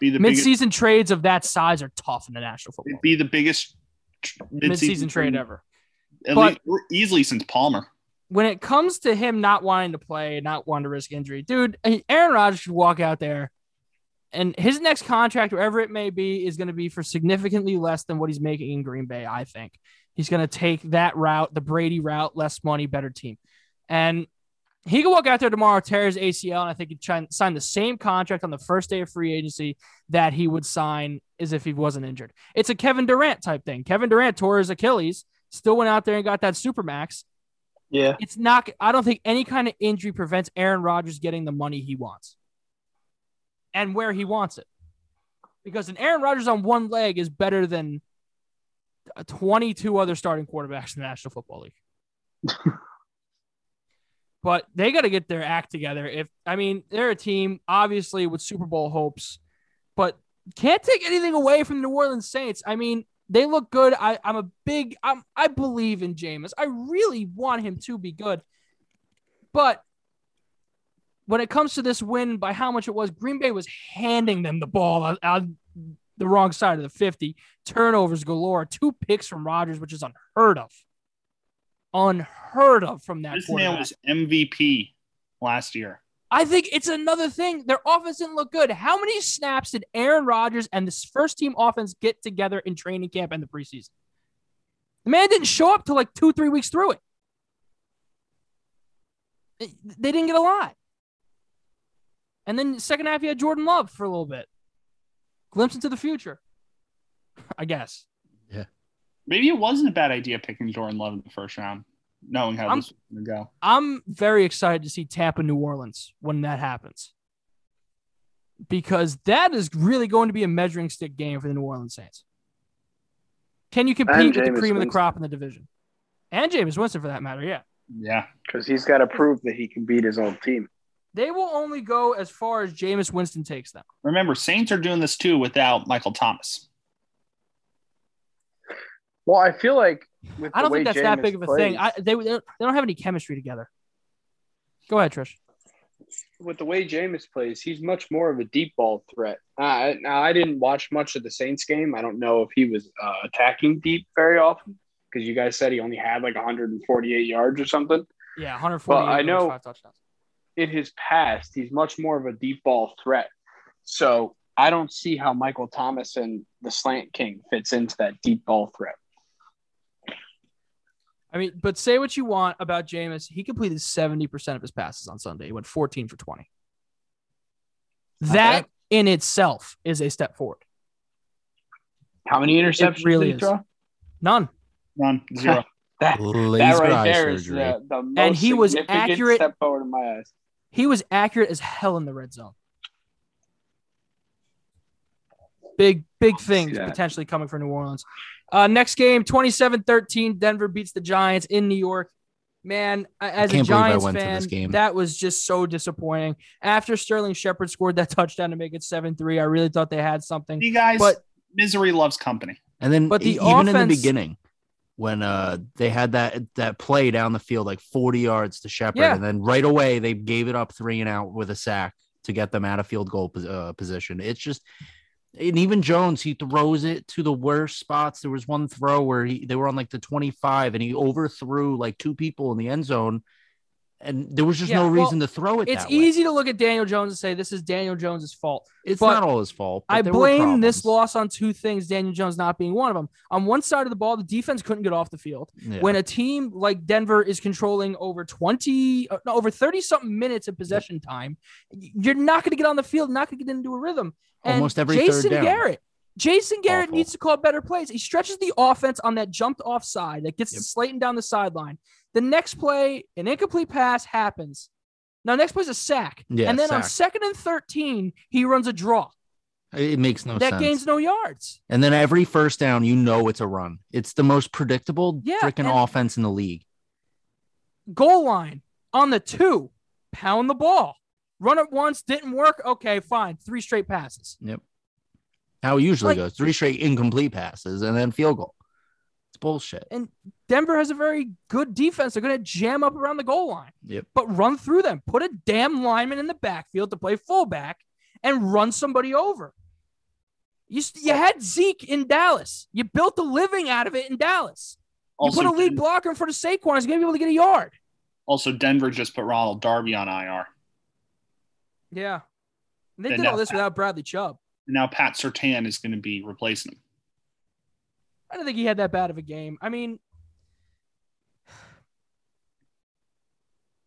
Speaker 4: Be the biggest,
Speaker 1: midseason trades of that size are tough in the National Football.
Speaker 4: it'd be the biggest tr-
Speaker 1: League. Midseason trade ever.
Speaker 4: at
Speaker 1: But-
Speaker 4: least, easily since Palmer.
Speaker 1: when it comes to him not wanting to play, not wanting to risk injury, dude, Aaron Rodgers should walk out there and his next contract, wherever it may be, is going to be for significantly less than what he's making in Green Bay, I think. He's going to take that route, the Brady route, less money, better team. And he could walk out there tomorrow, tear his ACL, and I think he'd try and sign the same contract on the first day of free agency that he would sign as if he wasn't injured. It's a Kevin Durant type thing. Kevin Durant tore his Achilles, still went out there and got that Supermax.
Speaker 2: Yeah,
Speaker 1: It's not. I don't think any kind of injury prevents Aaron Rodgers getting the money he wants and where he wants it. Because an Aaron Rodgers on one leg is better than uh, 22 other starting quarterbacks in the National Football League. but they got to get their act together. If I mean, they're a team obviously with Super Bowl hopes, but can't take anything away from the New Orleans Saints. I mean, they look good. I, I'm a big. I'm, I believe in Jameis. I really want him to be good, but when it comes to this win by how much it was, Green Bay was handing them the ball on, on the wrong side of the 50. Turnovers galore. Two picks from Rodgers, which is unheard of. Unheard of from that
Speaker 4: This
Speaker 1: quarterback.
Speaker 4: man was MVP last year.
Speaker 1: I think it's another thing. Their offense didn't look good. How many snaps did Aaron Rodgers and this first team offense get together in training camp and the preseason? The man didn't show up till like two, three weeks through it. They they didn't get a lot. And then second half, you had Jordan Love for a little bit. Glimpse into the future, I guess.
Speaker 4: Maybe it wasn't a bad idea picking Jordan Love in the first round, knowing how
Speaker 1: I'm-
Speaker 4: this was going to go.
Speaker 1: I'm very excited to see Tampa New Orleans when that happens. Because that is really going to be a measuring stick game for the New Orleans Saints. Can you compete with the
Speaker 2: Jameis
Speaker 1: cream of the
Speaker 2: Winston.
Speaker 1: crop in the division? And James Winston for that matter, yeah.
Speaker 4: Yeah.
Speaker 2: because he's got to prove that he can beat his own team.
Speaker 1: They will only go as far as Jameis Winston takes them.
Speaker 4: Remember, Saints are doing this too without Michael Thomas.
Speaker 2: Well, I feel like with
Speaker 1: I don't
Speaker 2: the way
Speaker 1: think that's
Speaker 2: Jameis
Speaker 1: that big of a
Speaker 2: plays,
Speaker 1: thing. I, they they don't they don't have any chemistry together. Go ahead, Trish.
Speaker 2: with the way Jameis plays, he's much more of a deep ball threat. Uh, now, I didn't watch much of the Saints game. I don't know if he was uh, attacking deep very often because you guys said he only had like 148 yards or something.
Speaker 1: Yeah, 140.
Speaker 2: Well, I know-
Speaker 1: Five touchdowns.
Speaker 2: in his past, he's much more of a deep ball threat. So I don't see how Michael Thomas and the Slant King fits into that deep ball threat.
Speaker 1: I mean, but say what you want about Jameis. He completed 70% of his passes on Sunday. He went 14 for 20.
Speaker 3: Not
Speaker 1: That
Speaker 3: bad.
Speaker 1: in itself is a step forward.
Speaker 2: How many interceptions
Speaker 1: really
Speaker 2: did he
Speaker 1: is.
Speaker 2: throw?
Speaker 1: None.
Speaker 4: None. Zero.
Speaker 2: That, that
Speaker 3: Laser
Speaker 2: right
Speaker 3: eye
Speaker 2: there is uh,
Speaker 3: surgery.
Speaker 2: the, the most
Speaker 1: And he was
Speaker 2: significant
Speaker 1: accurate-
Speaker 2: step forward in my eyes.
Speaker 1: He was accurate as hell in the red zone. Big, big
Speaker 2: see
Speaker 1: things
Speaker 2: that.
Speaker 1: potentially coming for New Orleans. Uh, next game, 27 13. Denver beats the Giants in New York. Man, I- as a
Speaker 3: can't believe I
Speaker 1: Giants
Speaker 3: went to
Speaker 1: fan,
Speaker 3: this game.
Speaker 1: that was just so disappointing. After Sterling Shepard scored that touchdown to make it 7 3, I really thought they had something.
Speaker 4: You guys,
Speaker 1: But
Speaker 4: misery loves company.
Speaker 3: And then
Speaker 1: But
Speaker 3: but
Speaker 1: the
Speaker 3: even in the
Speaker 1: offense-
Speaker 3: beginning when uh they had that that play down the field like 40 yards to Shepard
Speaker 1: Yeah.
Speaker 3: and then right away they gave it up 3 and out with a sack to get them out of field goal pos- uh, position. It's just and even Jones he throws it to the worst spots. There was one throw where he, they were on like the 25 and he overthrew like two people in the end zone and there was just
Speaker 1: Yeah,
Speaker 3: no
Speaker 1: well,
Speaker 3: reason to throw it
Speaker 1: it's
Speaker 3: that way.
Speaker 1: easy to look at Daniel Jones and say this is Daniel Jones' fault.
Speaker 3: It's
Speaker 1: but
Speaker 3: not all his fault. but
Speaker 1: I
Speaker 3: there were
Speaker 1: blame this
Speaker 3: problems.
Speaker 1: loss on two things, Daniel Jones not being one of them. On one side of the ball, the defense couldn't get off the field.
Speaker 3: Yeah.
Speaker 1: When a team like Denver is controlling over 20, uh, no, over 30 something minutes of possession time, y- you're not going to get on the field, not going to get into a rhythm. And
Speaker 3: Almost every third
Speaker 1: Jason
Speaker 3: down.
Speaker 1: Garrett. Jason Garrett
Speaker 3: Awful.
Speaker 1: needs to call better plays. He stretches the offense on that jumped off side that gets
Speaker 3: Yep.
Speaker 1: Slayton down the sideline. The next play, an incomplete pass happens. Now, next play's a sack.
Speaker 3: Yeah,
Speaker 1: and then on
Speaker 3: sack.
Speaker 1: second and 13, he runs a draw.
Speaker 3: it makes no
Speaker 1: that
Speaker 3: sense.
Speaker 1: gains no yards.
Speaker 3: And then every first down, you know it's a run. It's the most predictable
Speaker 1: Yeah,
Speaker 3: freaking
Speaker 1: and-
Speaker 3: offense in the league.
Speaker 1: Goal line on the two, pound the ball. Run it once, didn't work. Okay, fine. Three straight passes.
Speaker 3: How it usually
Speaker 1: Like-
Speaker 3: goes: three straight incomplete passes and then field goal. It's bullshit.
Speaker 1: Denver has a very good defense. They're going to jam up around the goal line.
Speaker 3: Yep.
Speaker 1: But run through them. Put a damn lineman in the backfield to play fullback and run somebody over. You, s- you had Zeke in Dallas. You built a living out of it in Dallas. You
Speaker 4: Also,
Speaker 1: put a lead
Speaker 4: Den-
Speaker 1: blocker in front of Saquon. He's going to be able to get a yard.
Speaker 4: also Denver just put Ronald Darby on IR.
Speaker 1: Yeah. And they
Speaker 4: Then
Speaker 1: did
Speaker 4: now-
Speaker 1: all this without Bradley Chubb.
Speaker 4: Now Pat Sertan is going to be replacing him.
Speaker 1: I don't think he had that bad of a game. I mean,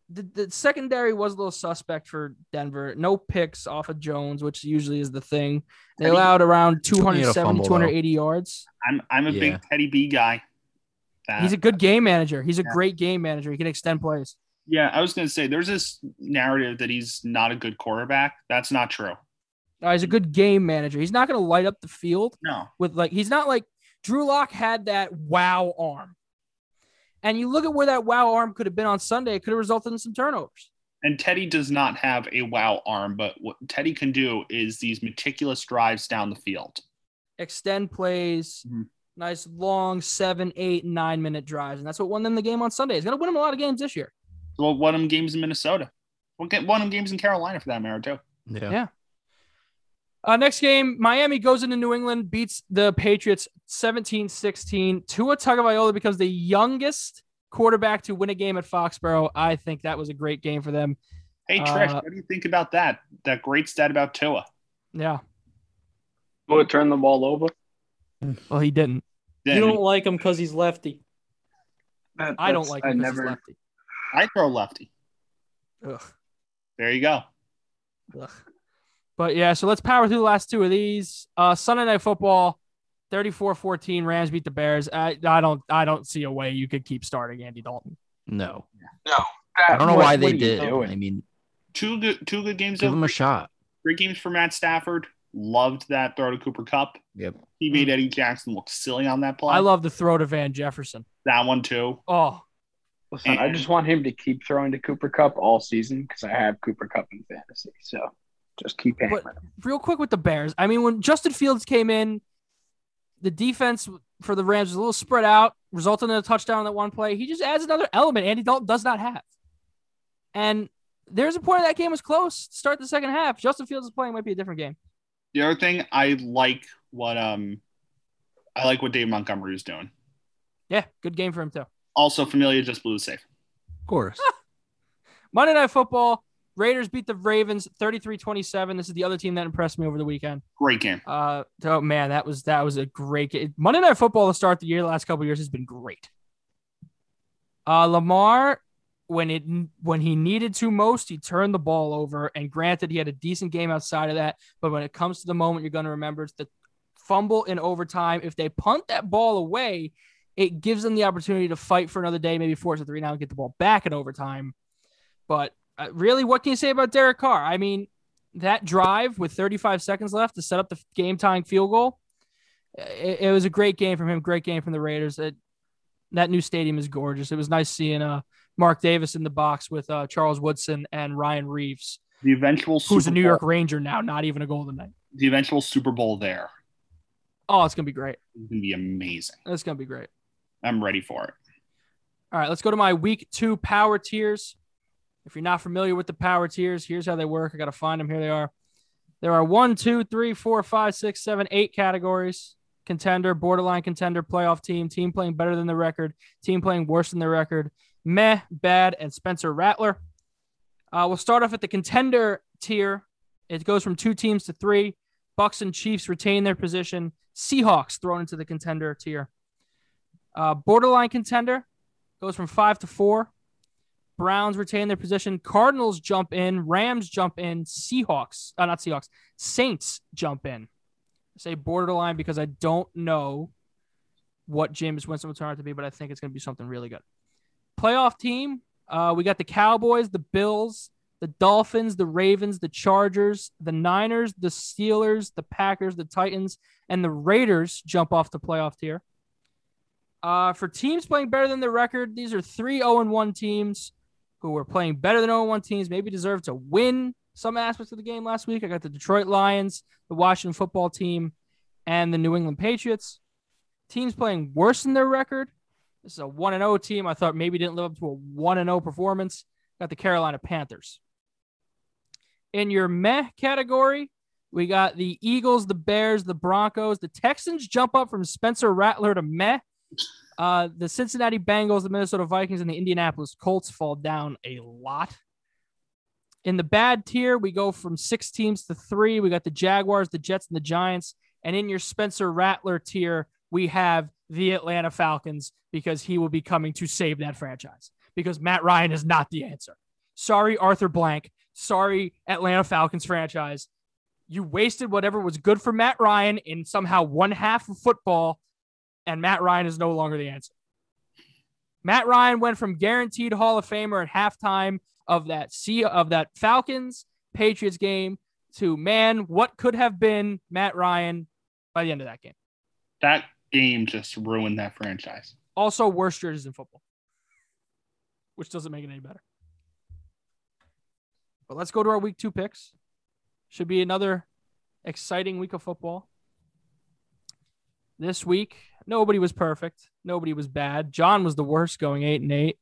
Speaker 1: the, the secondary was a little suspect for Denver. No picks off of Jones, which usually is the thing. They
Speaker 4: I mean,
Speaker 1: allowed around
Speaker 3: had a
Speaker 1: 270,
Speaker 3: fumble, though.
Speaker 1: 280 yards.
Speaker 4: I'm I'm a
Speaker 3: Yeah.
Speaker 4: big Teddy B guy. That-
Speaker 1: He's a good game manager. He's a
Speaker 4: Yeah.
Speaker 1: great game manager. He can extend plays.
Speaker 4: yeah, I was going to say there's this narrative that he's not a good quarterback. That's not true.
Speaker 1: No, Uh, he's a good game manager. He's not going to light up the field
Speaker 4: No.
Speaker 1: with like he's not like Drew Lock had that wow arm. And you look at where that wow arm could have been on Sunday, it could have resulted in some turnovers.
Speaker 4: And Teddy does not have a wow arm, but what Teddy can do is these meticulous drives down the field.
Speaker 1: extend plays,
Speaker 2: Mm-hmm.
Speaker 4: Mhm.
Speaker 1: nice long seven, eight, nine minute drives, and that's what won them the game on Sunday. It's gonna win them a lot of games this year.
Speaker 4: Well, won him games in Minnesota. We'll get won him games in Carolina for that matter too.
Speaker 3: Yeah.
Speaker 1: Yeah. Uh, next game, Miami goes into New England, beats the Patriots 17-16. Tua Tagovailoa becomes the youngest quarterback to win a game at Foxborough. I think that was a great game for them.
Speaker 4: Hey Trish,
Speaker 1: Uh,
Speaker 4: what do you think about that? That great stat about Tua.
Speaker 1: Yeah.
Speaker 2: Will it turn the ball over?
Speaker 1: Well, he didn't.
Speaker 5: you
Speaker 4: Then
Speaker 5: don't like him because he's lefty.
Speaker 2: That-
Speaker 1: I don't
Speaker 2: that's-
Speaker 1: like
Speaker 2: I
Speaker 1: him. because he's
Speaker 2: never.
Speaker 1: lefty.
Speaker 4: I throw lefty.
Speaker 1: Ugh.
Speaker 4: There you go.
Speaker 1: Ugh. But yeah, so let's power through the last two of these. Uh, Sunday night football, 34-14, Rams beat the Bears. I, I don't I don't see a way you could keep starting Andy Dalton.
Speaker 3: No,
Speaker 2: that-
Speaker 3: I don't know
Speaker 2: what-
Speaker 3: why
Speaker 2: what
Speaker 3: they
Speaker 2: are you
Speaker 3: did.
Speaker 2: doing?
Speaker 3: I mean,
Speaker 4: Two good two good games
Speaker 3: give
Speaker 4: though.
Speaker 3: them a shot.
Speaker 4: Three games for Matt Stafford. Loved that throw to Cooper Cup.
Speaker 3: Yep.
Speaker 4: He made Eddie Jackson look silly on that play.
Speaker 1: I love the throw to Van Jefferson.
Speaker 4: that one too.
Speaker 1: Oh,
Speaker 2: Listen, I just want him to keep throwing to Cooper Cup all season because I have Cooper Cup in fantasy. So just keep hammering.
Speaker 1: real quick with the Bears. I mean, when Justin Fields came in, the defense for the Rams was a little spread out, resulting in a touchdown on that one play. He just adds another element Andy Dalton does not have. And there's a point of that game was close. to Start the second half. Justin Fields is playing might be a different game.
Speaker 4: The other thing I like what um I like what Dave Montgomery is doing.
Speaker 1: Yeah, good game for him too.
Speaker 4: Also, Familia just blew the safe.
Speaker 3: Of course.
Speaker 1: Monday Night Football. Raiders beat the Ravens 33-27. This is the other team that impressed me over the weekend.
Speaker 4: Great game.
Speaker 1: Uh, oh man, that was that was a great game. Monday Night Football to start the year, the last couple of years has been great. Uh, Lamar, when it when he needed to most, he turned the ball over. And granted, he had a decent game outside of that, but when it comes to the moment, you're going to remember it's the fumble in overtime. If they punt that ball away, it gives them the opportunity to fight for another day, maybe force a three now and get the ball back in overtime. But uh, really, what can you say about Derek Carr? I mean, that drive with 35 seconds left to set up the game tying field goal. It, it was a great game from him. Great game from the Raiders. It, that new stadium is gorgeous. It was nice seeing uh, Mark Davis in the box with uh, Charles Woodson and Ryan Reeves,
Speaker 4: The eventual
Speaker 1: who's a
Speaker 4: Super
Speaker 1: New
Speaker 4: Bowl-
Speaker 1: York Ranger now, not even a Golden Knight.
Speaker 4: the eventual Super Bowl there
Speaker 1: Oh, it's gonna be great.
Speaker 4: is gonna be amazing.
Speaker 1: It's gonna be great.
Speaker 4: I'm ready for it.
Speaker 1: All right, let's go to my week two power tiers. If you're not familiar with the power tiers, here's how they work. I got to find them. Here they are. There are one, two, three, four, five, six, seven, eight categories contender, borderline contender, playoff team, team playing better than the record, team playing worse than the record, meh, bad, and Spencer Rattler. Uh, we'll start off at the contender tier. It goes from two teams to three. Bucks and Chiefs retain their position. Seahawks thrown into the contender tier. Uh, borderline contender, goes from five to four. Browns retain their position. Cardinals jump in. Rams jump in. Seahawks, uh, not Seahawks. Saints jump in. I say borderline because I don't know what James Winston will turn out to be, but I think it's going to be something really good. Playoff team. Uh, we got the Cowboys, the Bills, the Dolphins, the Ravens, the Chargers, the Niners, the Steelers, the Packers, the Titans, and the Raiders jump off the playoff tier. Uh, for teams playing better than their record, these are three 0 and 1 teams who were playing better than 0 and 1 teams, maybe deserve to win some aspects of the game last week. I got the Detroit Lions, the Washington football team, and the New England Patriots. Teams playing worse than their record. This is a 1 and 0 team. I thought maybe didn't live up to a 1 and 0 performance. Got the Carolina Panthers. In your meh category, we got the Eagles, the Bears, the Broncos. The Texans jump up from Spencer Rattler to meh. Uh, the Cincinnati Bengals, the Minnesota Vikings, and the Indianapolis Colts fall down a lot. In the bad tier, we go from six teams to three. We got the Jaguars, the Jets, and the Giants. And in your Spencer Rattler tier, we have the Atlanta Falcons because he will be coming to save that franchise because Matt Ryan is not the answer. Sorry, Arthur Blank. Sorry, Atlanta Falcons franchise. You wasted whatever was good for Matt Ryan in somehow one half of football and Matt Ryan is no longer the answer. Matt Ryan went from guaranteed Hall of Famer at halftime of that sea of that Falcons Patriots game to man, what could have been Matt Ryan by the end of that game.
Speaker 4: That game just ruined that franchise.
Speaker 1: Also, worse jerseys in football, which doesn't make it any better. But let's go to our week two picks. Should be another exciting week of football. This week, nobody was perfect. Nobody was bad. John was the worst, going eight and eight.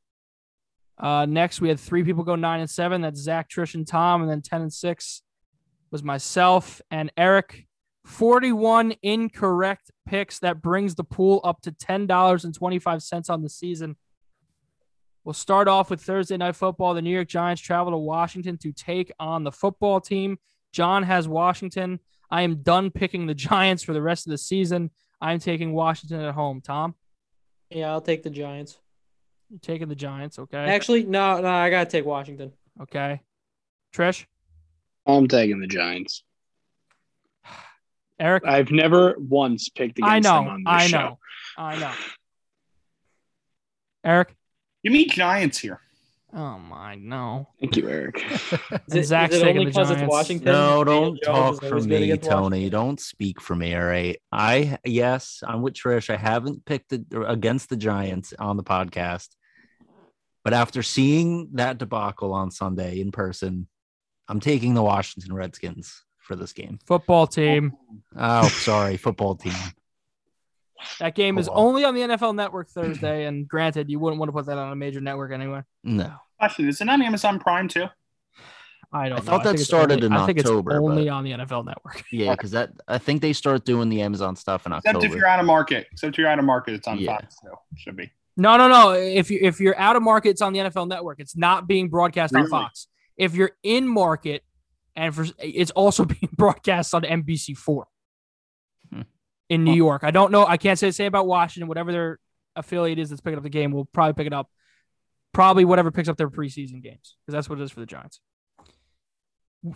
Speaker 1: Uh, next, we had three people go nine and seven. That's Zach, Trish, and Tom. And then 10 and six was myself and Eric. 41 incorrect picks. That brings the pool up to $10.25 on the season. We'll start off with Thursday Night Football. The New York Giants travel to Washington to take on the football team. John has Washington. I am done picking the Giants for the rest of the season. I'm taking Washington at home. Tom,
Speaker 5: Yeah, I'll take the Giants.
Speaker 1: you're taking the Giants. Okay.
Speaker 5: Actually, no, no, I gotta take Washington.
Speaker 1: Okay. Trish,
Speaker 2: I'm taking the Giants.
Speaker 1: Eric,
Speaker 2: I've never once picked against
Speaker 1: I
Speaker 2: them
Speaker 1: know.
Speaker 2: on this
Speaker 1: I know.
Speaker 2: show.
Speaker 1: I know. Eric,
Speaker 4: Give me Giants here.
Speaker 1: oh my, no.
Speaker 2: Thank you, Eric.
Speaker 5: Is it- is
Speaker 1: Zach's
Speaker 5: it
Speaker 1: taking
Speaker 5: only
Speaker 1: the
Speaker 5: 'cause it's
Speaker 1: Giants.
Speaker 5: Washington?
Speaker 3: No,
Speaker 5: Daniel
Speaker 3: don't
Speaker 5: Jones is
Speaker 3: talk for
Speaker 5: always good
Speaker 3: me,
Speaker 5: against
Speaker 3: Tony.
Speaker 5: Washington.
Speaker 3: Don't speak for me. All right. I yes, I'm with Trish. I haven't picked the, or against the Giants on the podcast, but after seeing that debacle on Sunday in person, I'm taking the Washington Redskins for this game.
Speaker 1: Football team.
Speaker 3: Oh, sorry, football team.
Speaker 1: That game is
Speaker 3: Oh, wow.
Speaker 1: only on the NFL Network Thursday, and granted, you wouldn't want to put that on a major network anyway.
Speaker 3: No.
Speaker 4: Question: Is it on Amazon Prime too?
Speaker 1: I don't. know.
Speaker 3: I thought that
Speaker 1: think it's
Speaker 3: started
Speaker 1: only-
Speaker 3: in
Speaker 1: I think
Speaker 3: October,
Speaker 1: It's
Speaker 3: but-
Speaker 1: only on the NFL Network.
Speaker 3: Yeah, because that I think they start doing the Amazon stuff in
Speaker 4: Except
Speaker 3: October.
Speaker 4: if you're out of market. Except if you're out of market, it's on
Speaker 3: Yeah.
Speaker 4: Fox too. Should be.
Speaker 1: No, no, no. If you if you're out of market, it's on the NFL Network. It's not being broadcast on
Speaker 4: Really?
Speaker 1: Fox. If you're in market, and for it's also being broadcast on NBC Four
Speaker 3: Hmm.
Speaker 1: in New
Speaker 4: Huh.
Speaker 1: York. I don't know. I can't say the same about Washington. Whatever their affiliate is that's picking up the game, will probably pick it up. Probably whatever picks up their preseason games because that's what it is for the Giants.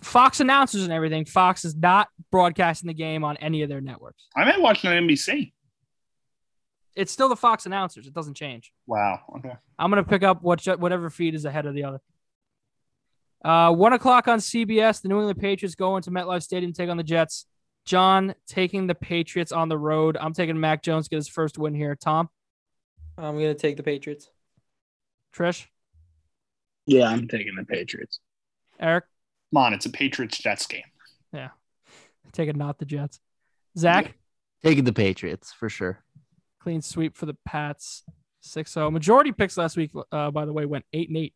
Speaker 1: Fox announces and everything. Fox is not broadcasting the game on any of their networks.
Speaker 4: I might watch it on NBC.
Speaker 1: It's still the Fox announcers. It doesn't change.
Speaker 4: Wow. Okay.
Speaker 1: I'm gonna pick up what whatever feed is ahead of the other. Uh, one o'clock on CBS. The New England Patriots go into MetLife Stadium to take on the Jets. John taking the Patriots on the road. I'm taking Mac Jones get his first win here. Tom,
Speaker 5: I'm gonna take the Patriots.
Speaker 1: Trish,
Speaker 2: Yeah, I'm taking the Patriots.
Speaker 1: Eric,
Speaker 4: Come on, it's a Patriots Jets game.
Speaker 1: taking not the Jets. Zach,
Speaker 3: Taking the Patriots for sure.
Speaker 1: clean sweep for the Pats, 6-0. Majority picks last week, uh, by the way, went eight and eight.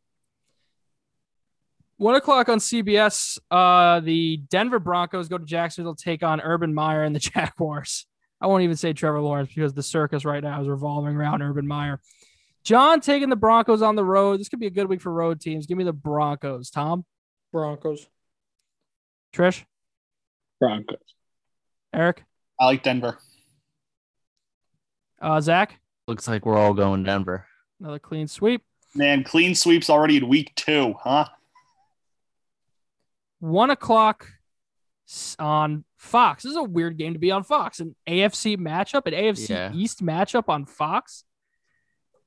Speaker 1: One o'clock on CBS. Uh, the Denver Broncos go to Jacksonville to take on Urban Meyer and the Jaguars. I won't even say Trevor Lawrence because the circus right now is revolving around Urban Meyer. John taking the Broncos on the road. This could be a good week for road teams. Give me the Broncos. Tom,
Speaker 5: Broncos.
Speaker 1: Trish,
Speaker 2: Broncos.
Speaker 1: Eric,
Speaker 4: I like Denver.
Speaker 1: uh, Zach.
Speaker 3: Looks like we're all going Denver.
Speaker 1: Another clean sweep.
Speaker 4: Man, clean sweeps already in week two, huh?
Speaker 1: one o'clock s- on Fox. This is a weird game to be on Fox. An AFC matchup, an AFC
Speaker 3: Yeah.
Speaker 1: East matchup on Fox.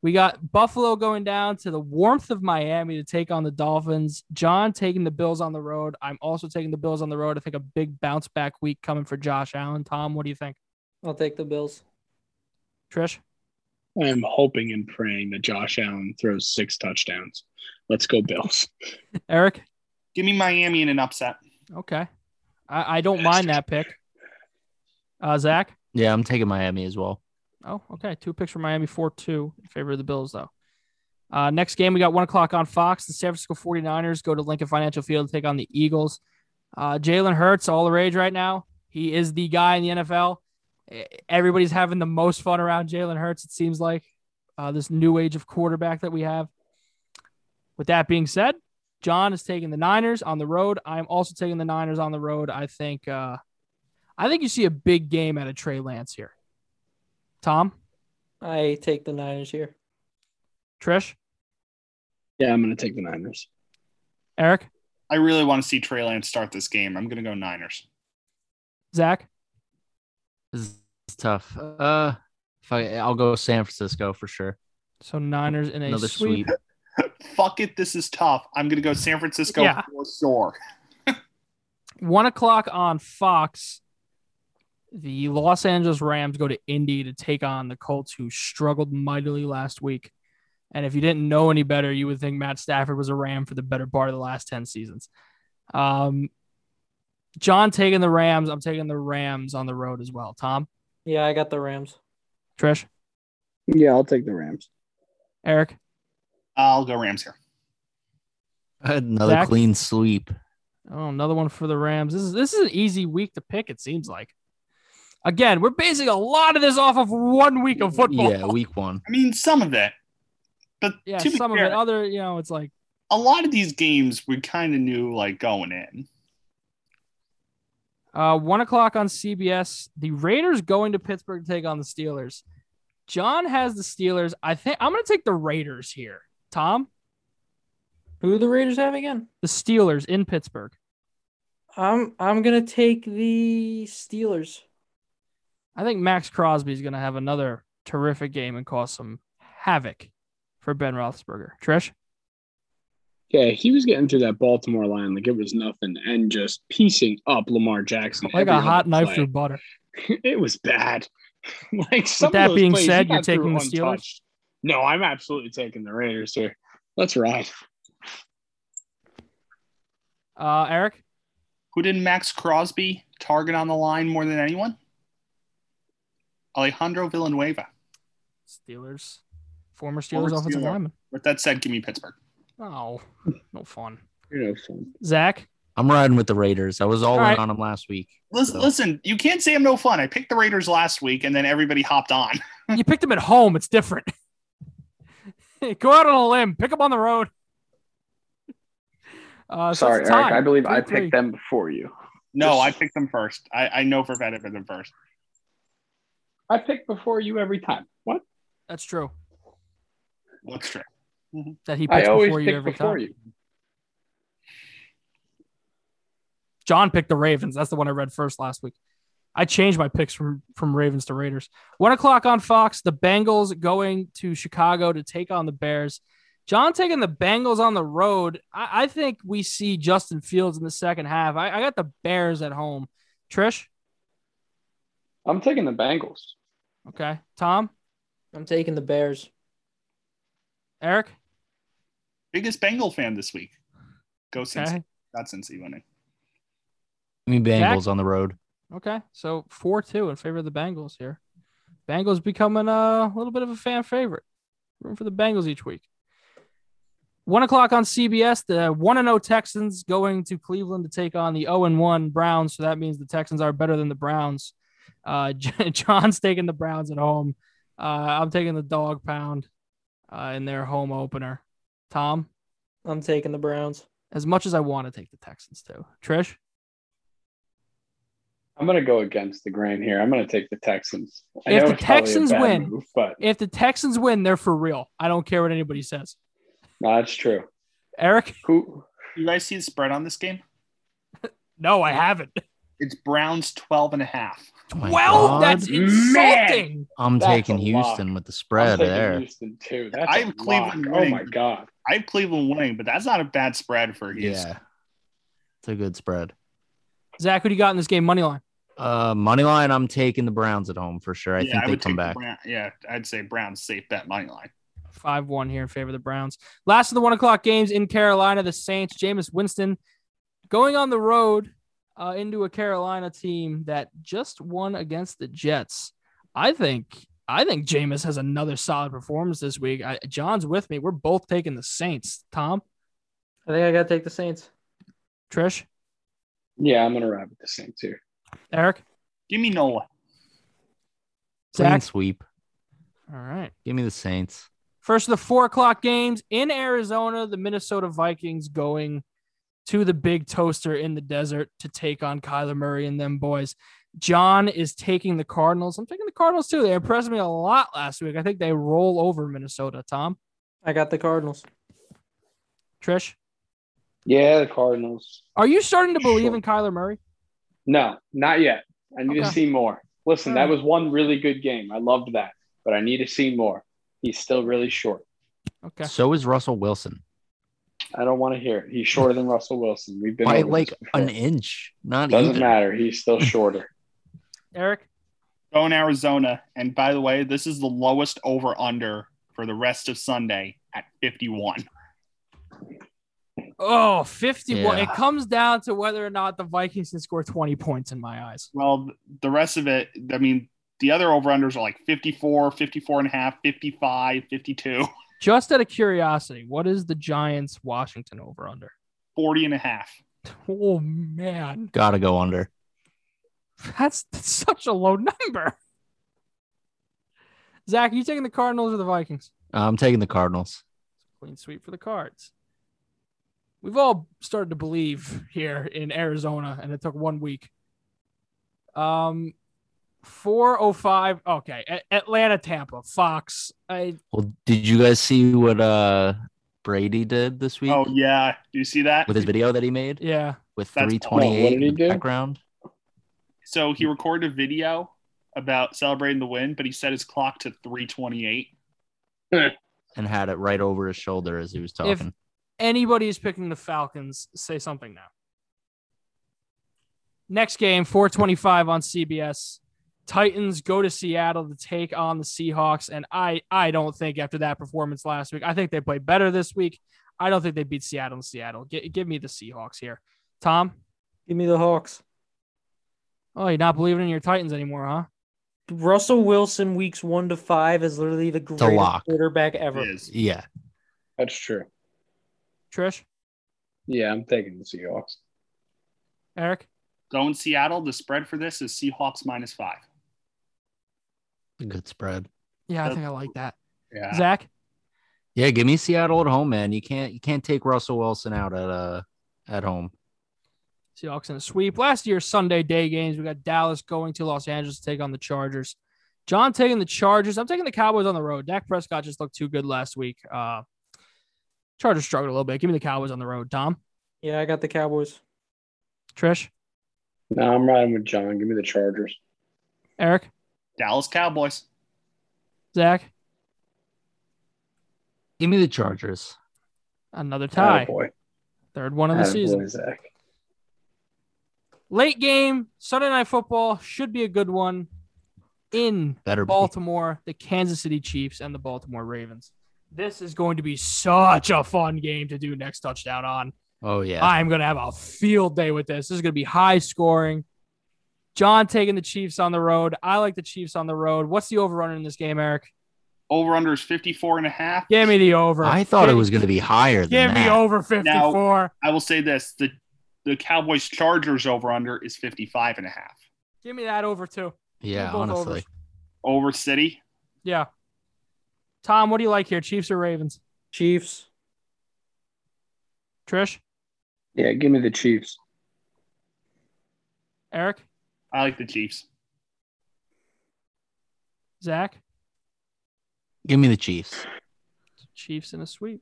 Speaker 1: We got Buffalo going down to the warmth of Miami to take on the Dolphins. John taking the Bills on the road. I'm also taking the Bills on the road. I think a big bounce back week coming for Josh Allen. Tom, what do you think?
Speaker 5: I'll take the Bills.
Speaker 1: Trish,
Speaker 2: I'm hoping and praying that Josh Allen throws six touchdowns. Let's go, Bills.
Speaker 1: Eric.
Speaker 4: Give me Miami in an upset.
Speaker 1: Okay. I, I don't mind that pick. Uh, Zach.
Speaker 3: Yeah, I'm taking Miami as well.
Speaker 1: Oh, okay. Two picks for Miami, 4 2 in favor of the Bills, though. Uh, next game, we got 1 o'clock on Fox. The San Francisco 49ers go to Lincoln Financial Field to take on the Eagles. Uh, Jalen Hurts, all the rage right now. He is the guy in the NFL. E- Everybody's having the most fun around Jalen Hurts, it seems like, uh, this new age of quarterback that we have. With that being said, John is taking the Niners on the road. I'm also taking the Niners on the road. I think uh, I think you see a big game out of Trey Lance here. Tom?
Speaker 5: I take the Niners here.
Speaker 1: Trish,
Speaker 2: Yeah, I'm going to take the Niners.
Speaker 1: Eric,
Speaker 4: I really want to see Trey Lance start this game. I'm going to go Niners.
Speaker 1: Zach.
Speaker 3: This is tough. Uh, if I, I'll go San Francisco for sure.
Speaker 1: So Niners in a
Speaker 3: Another
Speaker 1: sweep.
Speaker 3: sweep.
Speaker 4: Fuck it, this is tough. I'm going to go San Francisco
Speaker 1: Yeah.
Speaker 4: for sure.
Speaker 1: One o'clock on Fox. The Los Angeles Rams go to Indy to take on the Colts, who struggled mightily last week. And if you didn't know any better, you would think Matt Stafford was a Ram for the better part of the last 10 seasons. Um, John taking the Rams. I'm taking the Rams on the road as well. Tom,
Speaker 5: Yeah, I got the Rams.
Speaker 1: Trish,
Speaker 2: Yeah, I'll take the Rams.
Speaker 1: Eric,
Speaker 4: I'll go Rams here.
Speaker 3: Another
Speaker 1: Zach?
Speaker 3: clean sweep.
Speaker 1: Oh, another one for the Rams. This is this is an easy week to pick. It seems like. Again, we're basing a lot of this off of one week of football.
Speaker 3: Yeah, week one.
Speaker 4: I mean, some of it. But
Speaker 1: Yeah,
Speaker 4: to be
Speaker 1: some
Speaker 4: fair,
Speaker 1: of it. Other, you know, it's like
Speaker 4: a lot of these games we kind of knew like going in.
Speaker 1: uh, one o'clock on CBS. The Raiders going to Pittsburgh to take on the Steelers. John has the Steelers. I think I'm going to take the Raiders here. Tom,
Speaker 5: Who the Raiders have again?
Speaker 1: the Steelers in Pittsburgh.
Speaker 5: I'm I'm gonna take the Steelers.
Speaker 1: I think Max Crosby is going to have another terrific game and cause some havoc for Ben Roethlisberger. Trish,
Speaker 2: Yeah, he was getting through that Baltimore line like it was nothing and just piecing up Lamar Jackson.
Speaker 1: like
Speaker 2: every
Speaker 1: a hot
Speaker 2: other
Speaker 1: knife
Speaker 2: play.
Speaker 1: through butter.
Speaker 2: it was bad. like some of
Speaker 1: that
Speaker 2: those
Speaker 1: being
Speaker 2: plays, he
Speaker 1: said, you're
Speaker 2: got through
Speaker 1: taking the Steelers?
Speaker 2: untouched. No, I'm absolutely taking the Raiders here. Let's ride.
Speaker 1: Uh, Eric.
Speaker 4: Who did Max Crosby target on the line more than anyone? Alejandro Villanueva.
Speaker 1: Steelers, former Steelers
Speaker 4: Former
Speaker 1: offensive
Speaker 4: Steeler.
Speaker 1: lineman.
Speaker 4: With that said, give me Pittsburgh.
Speaker 1: Oh, no fun.
Speaker 2: You know, fun.
Speaker 1: Zach,
Speaker 3: I'm riding with the Raiders. I was all,
Speaker 1: All
Speaker 3: in
Speaker 1: right.
Speaker 3: on them last week.
Speaker 4: Listen, listen, you can't say I'm no fun. I picked the Raiders last week, and then everybody hopped on.
Speaker 1: you picked them at home. It's different. Go out on a limb. Pick them on the road. Uh, so
Speaker 2: Sorry,
Speaker 1: it's
Speaker 2: Eric.
Speaker 1: a tie.
Speaker 2: I believe I
Speaker 1: Three-three.
Speaker 2: picked them before you.
Speaker 4: No, I picked them first. I, I know for better than first.
Speaker 2: I pick before you every time. What?
Speaker 1: That's true.
Speaker 4: What's true?
Speaker 1: That he
Speaker 2: I
Speaker 1: picks
Speaker 2: always
Speaker 1: before you
Speaker 2: pick
Speaker 1: every
Speaker 2: before
Speaker 1: time.
Speaker 2: you.
Speaker 1: John picked the Ravens. That's the one I read first last week. I changed my picks from from Ravens to Raiders. One o'clock on Fox. The Bengals going to Chicago to take on the Bears. John taking the Bengals on the road. I, I think we see Justin Fields in the second half. I, I got the Bears at home. Trish,
Speaker 2: I'm taking the Bengals.
Speaker 1: okay. Tom,
Speaker 5: I'm taking the Bears.
Speaker 1: Eric,
Speaker 4: Biggest Bengal fan this week. Go Cincy.
Speaker 1: okay,
Speaker 4: Not Cincy winning.
Speaker 3: I mean, Bengals on the road.
Speaker 1: okay. So four two in favor of the Bengals here. Bengals becoming a little bit of a fan favorite. Room for the Bengals each week. One o'clock on CBS. The one and zero Texans going to Cleveland to take on the zero and one Browns. So that means the Texans are better than the Browns. Uh, John's taking the Browns at home. Uh, I'm taking the dog pound uh, in their home opener. Tom,
Speaker 5: I'm taking the Browns.
Speaker 1: as much as I want to take the Texans too. Trish,
Speaker 2: I'm going to go against the grain here. I'm going to take the Texans.
Speaker 1: If the
Speaker 2: it's probably a
Speaker 1: Texans
Speaker 2: bad
Speaker 1: win-
Speaker 2: move, but
Speaker 1: if the Texans win, they're for real. I don't care what anybody says.
Speaker 2: no, that's true.
Speaker 1: Eric,
Speaker 2: Who?
Speaker 4: You guys see the spread on this game?
Speaker 1: no, I haven't.
Speaker 4: It's Browns 12 and a half.
Speaker 3: Oh my
Speaker 1: Well,
Speaker 3: God.
Speaker 1: that's
Speaker 2: Man.
Speaker 1: insulting.
Speaker 3: I'm
Speaker 2: that's
Speaker 3: taking
Speaker 2: a
Speaker 3: Houston
Speaker 2: lock.
Speaker 3: with the
Speaker 2: I'm
Speaker 3: spread
Speaker 2: taking
Speaker 3: there.
Speaker 2: Houston too. That's
Speaker 4: I
Speaker 2: I
Speaker 4: have
Speaker 2: have
Speaker 4: Cleveland
Speaker 2: Oh
Speaker 4: winning.
Speaker 2: my god.
Speaker 4: I have Cleveland winning, but that's not a bad spread for Houston.
Speaker 3: Yeah, it's a good spread.
Speaker 1: Zach, who do you got in this game? Money line.
Speaker 3: Uh, money line. I'm taking the Browns at home for sure. I think they
Speaker 4: would
Speaker 3: come
Speaker 4: take the
Speaker 3: back.
Speaker 4: Brown- yeah, I'd say Browns safe bet money line.
Speaker 1: 5 1 here in favor of the Browns. Last of the one o'clock games in Carolina, the Saints, Jameis Winston going on the road uh, into a Carolina team that just won against the Jets. I think. I think Jameis has another solid performance this week. I, John's with me. We're both taking the Saints. Tom,
Speaker 5: I think I gotta take the Saints.
Speaker 1: Trish,
Speaker 2: Yeah, I'm going to ride with the Saints here.
Speaker 1: Eric,
Speaker 4: Give me Nola.
Speaker 3: Clean
Speaker 1: Zach.
Speaker 3: sweep.
Speaker 1: All right.
Speaker 3: Give me the Saints.
Speaker 1: First of the four o'clock games in Arizona, the Minnesota Vikings going to the big toaster in the desert to take on Kyler Murray and them boys. John is taking the Cardinals. I'm taking the Cardinals too. They impressed me a lot last week. I think they roll over Minnesota. Tom,
Speaker 5: I got the Cardinals.
Speaker 1: Trish,
Speaker 2: Yeah, the Cardinals.
Speaker 1: are you starting to believe
Speaker 2: Sure.
Speaker 1: in Kyler Murray?
Speaker 2: No, not yet. I need
Speaker 1: Okay. Hmm.
Speaker 2: to see more. Listen,
Speaker 1: All
Speaker 2: that
Speaker 1: right.
Speaker 2: was one really good game. I loved that, but I need to see more. He's still really short.
Speaker 1: Okay.
Speaker 3: So is Russell Wilson
Speaker 2: I don't want to hear it. He's shorter than Russell Wilson. We've been
Speaker 3: by
Speaker 2: over this
Speaker 3: like
Speaker 2: before.
Speaker 3: an inch. Not
Speaker 2: Doesn't
Speaker 3: even.
Speaker 2: matter. He's still shorter.
Speaker 1: Eric,
Speaker 4: Go in Arizona. And by the way, this is the lowest over under for the rest of Sunday at 51.
Speaker 1: oh, 51.
Speaker 3: Yeah.
Speaker 1: It comes down to whether or not the Vikings can score 20 points in my eyes.
Speaker 4: Well, the rest of it, I mean, the other over unders are like 54, 54 and a half, 55, 52,
Speaker 1: Just out of curiosity, what is the Giants Washington over under?
Speaker 4: 40 and a half.
Speaker 1: Oh, man.
Speaker 3: Gotta go under.
Speaker 1: That's, that's such a low number. Zach, are you taking the Cardinals or the Vikings?
Speaker 3: Uh, I'm taking the Cardinals.
Speaker 1: Clean sweep for the Cards. We've all started to believe here in Arizona, and it took one week. Um, four oh five. Okay, A- Atlanta, Tampa, Fox. I
Speaker 3: Well, did you guys see what uh Brady did this week
Speaker 4: Oh, yeah. Do you see that?
Speaker 3: with his video that he made
Speaker 1: yeah.
Speaker 3: with
Speaker 4: That's-
Speaker 3: 328
Speaker 2: What did he
Speaker 3: in the
Speaker 2: do?
Speaker 3: background?
Speaker 4: So he recorded a video about celebrating the win, but he set his clock to 328.
Speaker 3: and had it right over his shoulder as he was talking.
Speaker 1: Anybody is picking the Falcons. Say something now. Next game, 425 on CBS. Titans go to Seattle to take on the Seahawks. And I, I don't think after that performance last week, I think they play better this week. I don't think they beat Seattle in Seattle. Gi- give me the Seahawks here. Tom,
Speaker 5: Give me the Hawks.
Speaker 1: oh, you're not believing in your Titans anymore, huh?
Speaker 5: Russell Wilson weeks one to five is literally the
Speaker 3: lock.
Speaker 5: greatest quarterback ever.
Speaker 4: It is.
Speaker 3: Yeah.
Speaker 2: That's true.
Speaker 1: Trish,
Speaker 2: Yeah, I'm taking the Seahawks.
Speaker 1: Eric,
Speaker 4: Going Seattle, the spread for this is Seahawks minus five.
Speaker 3: Good spread.
Speaker 1: yeah, I
Speaker 4: Uh,
Speaker 1: think I like that.
Speaker 4: Yeah.
Speaker 1: Zach,
Speaker 3: Yeah, give me Seattle at home, man. You can't you can't take Russell Wilson out at uh at home.
Speaker 1: Seahawks in a sweep. Last year's Sunday day games, we got Dallas going to Los Angeles to take on the Chargers. John taking the Chargers. I'm taking the Cowboys on the road. Dak Prescott just looked too good last week. Uh, Chargers struggled a little bit. Give me the Cowboys on the road. Tom,
Speaker 5: Yeah, I got the Cowboys.
Speaker 1: Trish,
Speaker 2: No, I'm riding with John. Give me the Chargers.
Speaker 1: Eric,
Speaker 4: Dallas Cowboys.
Speaker 1: Zach,
Speaker 3: Give me the Chargers.
Speaker 1: another tie.
Speaker 2: Attaboy.
Speaker 1: Third one of the
Speaker 2: Attaboy,
Speaker 1: season.
Speaker 2: Zach.
Speaker 1: Late game, Sunday night football should be a good one in
Speaker 3: Better be.
Speaker 1: Baltimore, the Kansas City Chiefs, and the Baltimore Ravens. This is going to be such a fun game to do next touchdown on.
Speaker 3: Oh yeah.
Speaker 1: I'm going to have a field day with this. This is going to be high scoring. John taking the Chiefs on the road. I like the Chiefs on the road. What's the over in this game, Eric?
Speaker 4: Over under is 54 and a half.
Speaker 1: Give me the over.
Speaker 3: I thought it
Speaker 1: Give-
Speaker 3: was going to be higher than
Speaker 1: Give
Speaker 3: that.
Speaker 1: me over 54.
Speaker 4: I will say this the, the Cowboys Chargers over under is 55 and a half.
Speaker 1: Give me that over too.
Speaker 3: Yeah,
Speaker 1: They're both
Speaker 3: honestly.
Speaker 1: overs.
Speaker 4: Over City,
Speaker 1: Yeah. Tom, what do you like here? Chiefs or Ravens?
Speaker 5: Chiefs.
Speaker 1: Trish,
Speaker 2: Yeah, give me the Chiefs.
Speaker 1: Eric,
Speaker 4: I like the Chiefs.
Speaker 1: Zach?
Speaker 3: Give me the Chiefs.
Speaker 1: Chiefs in a sweep.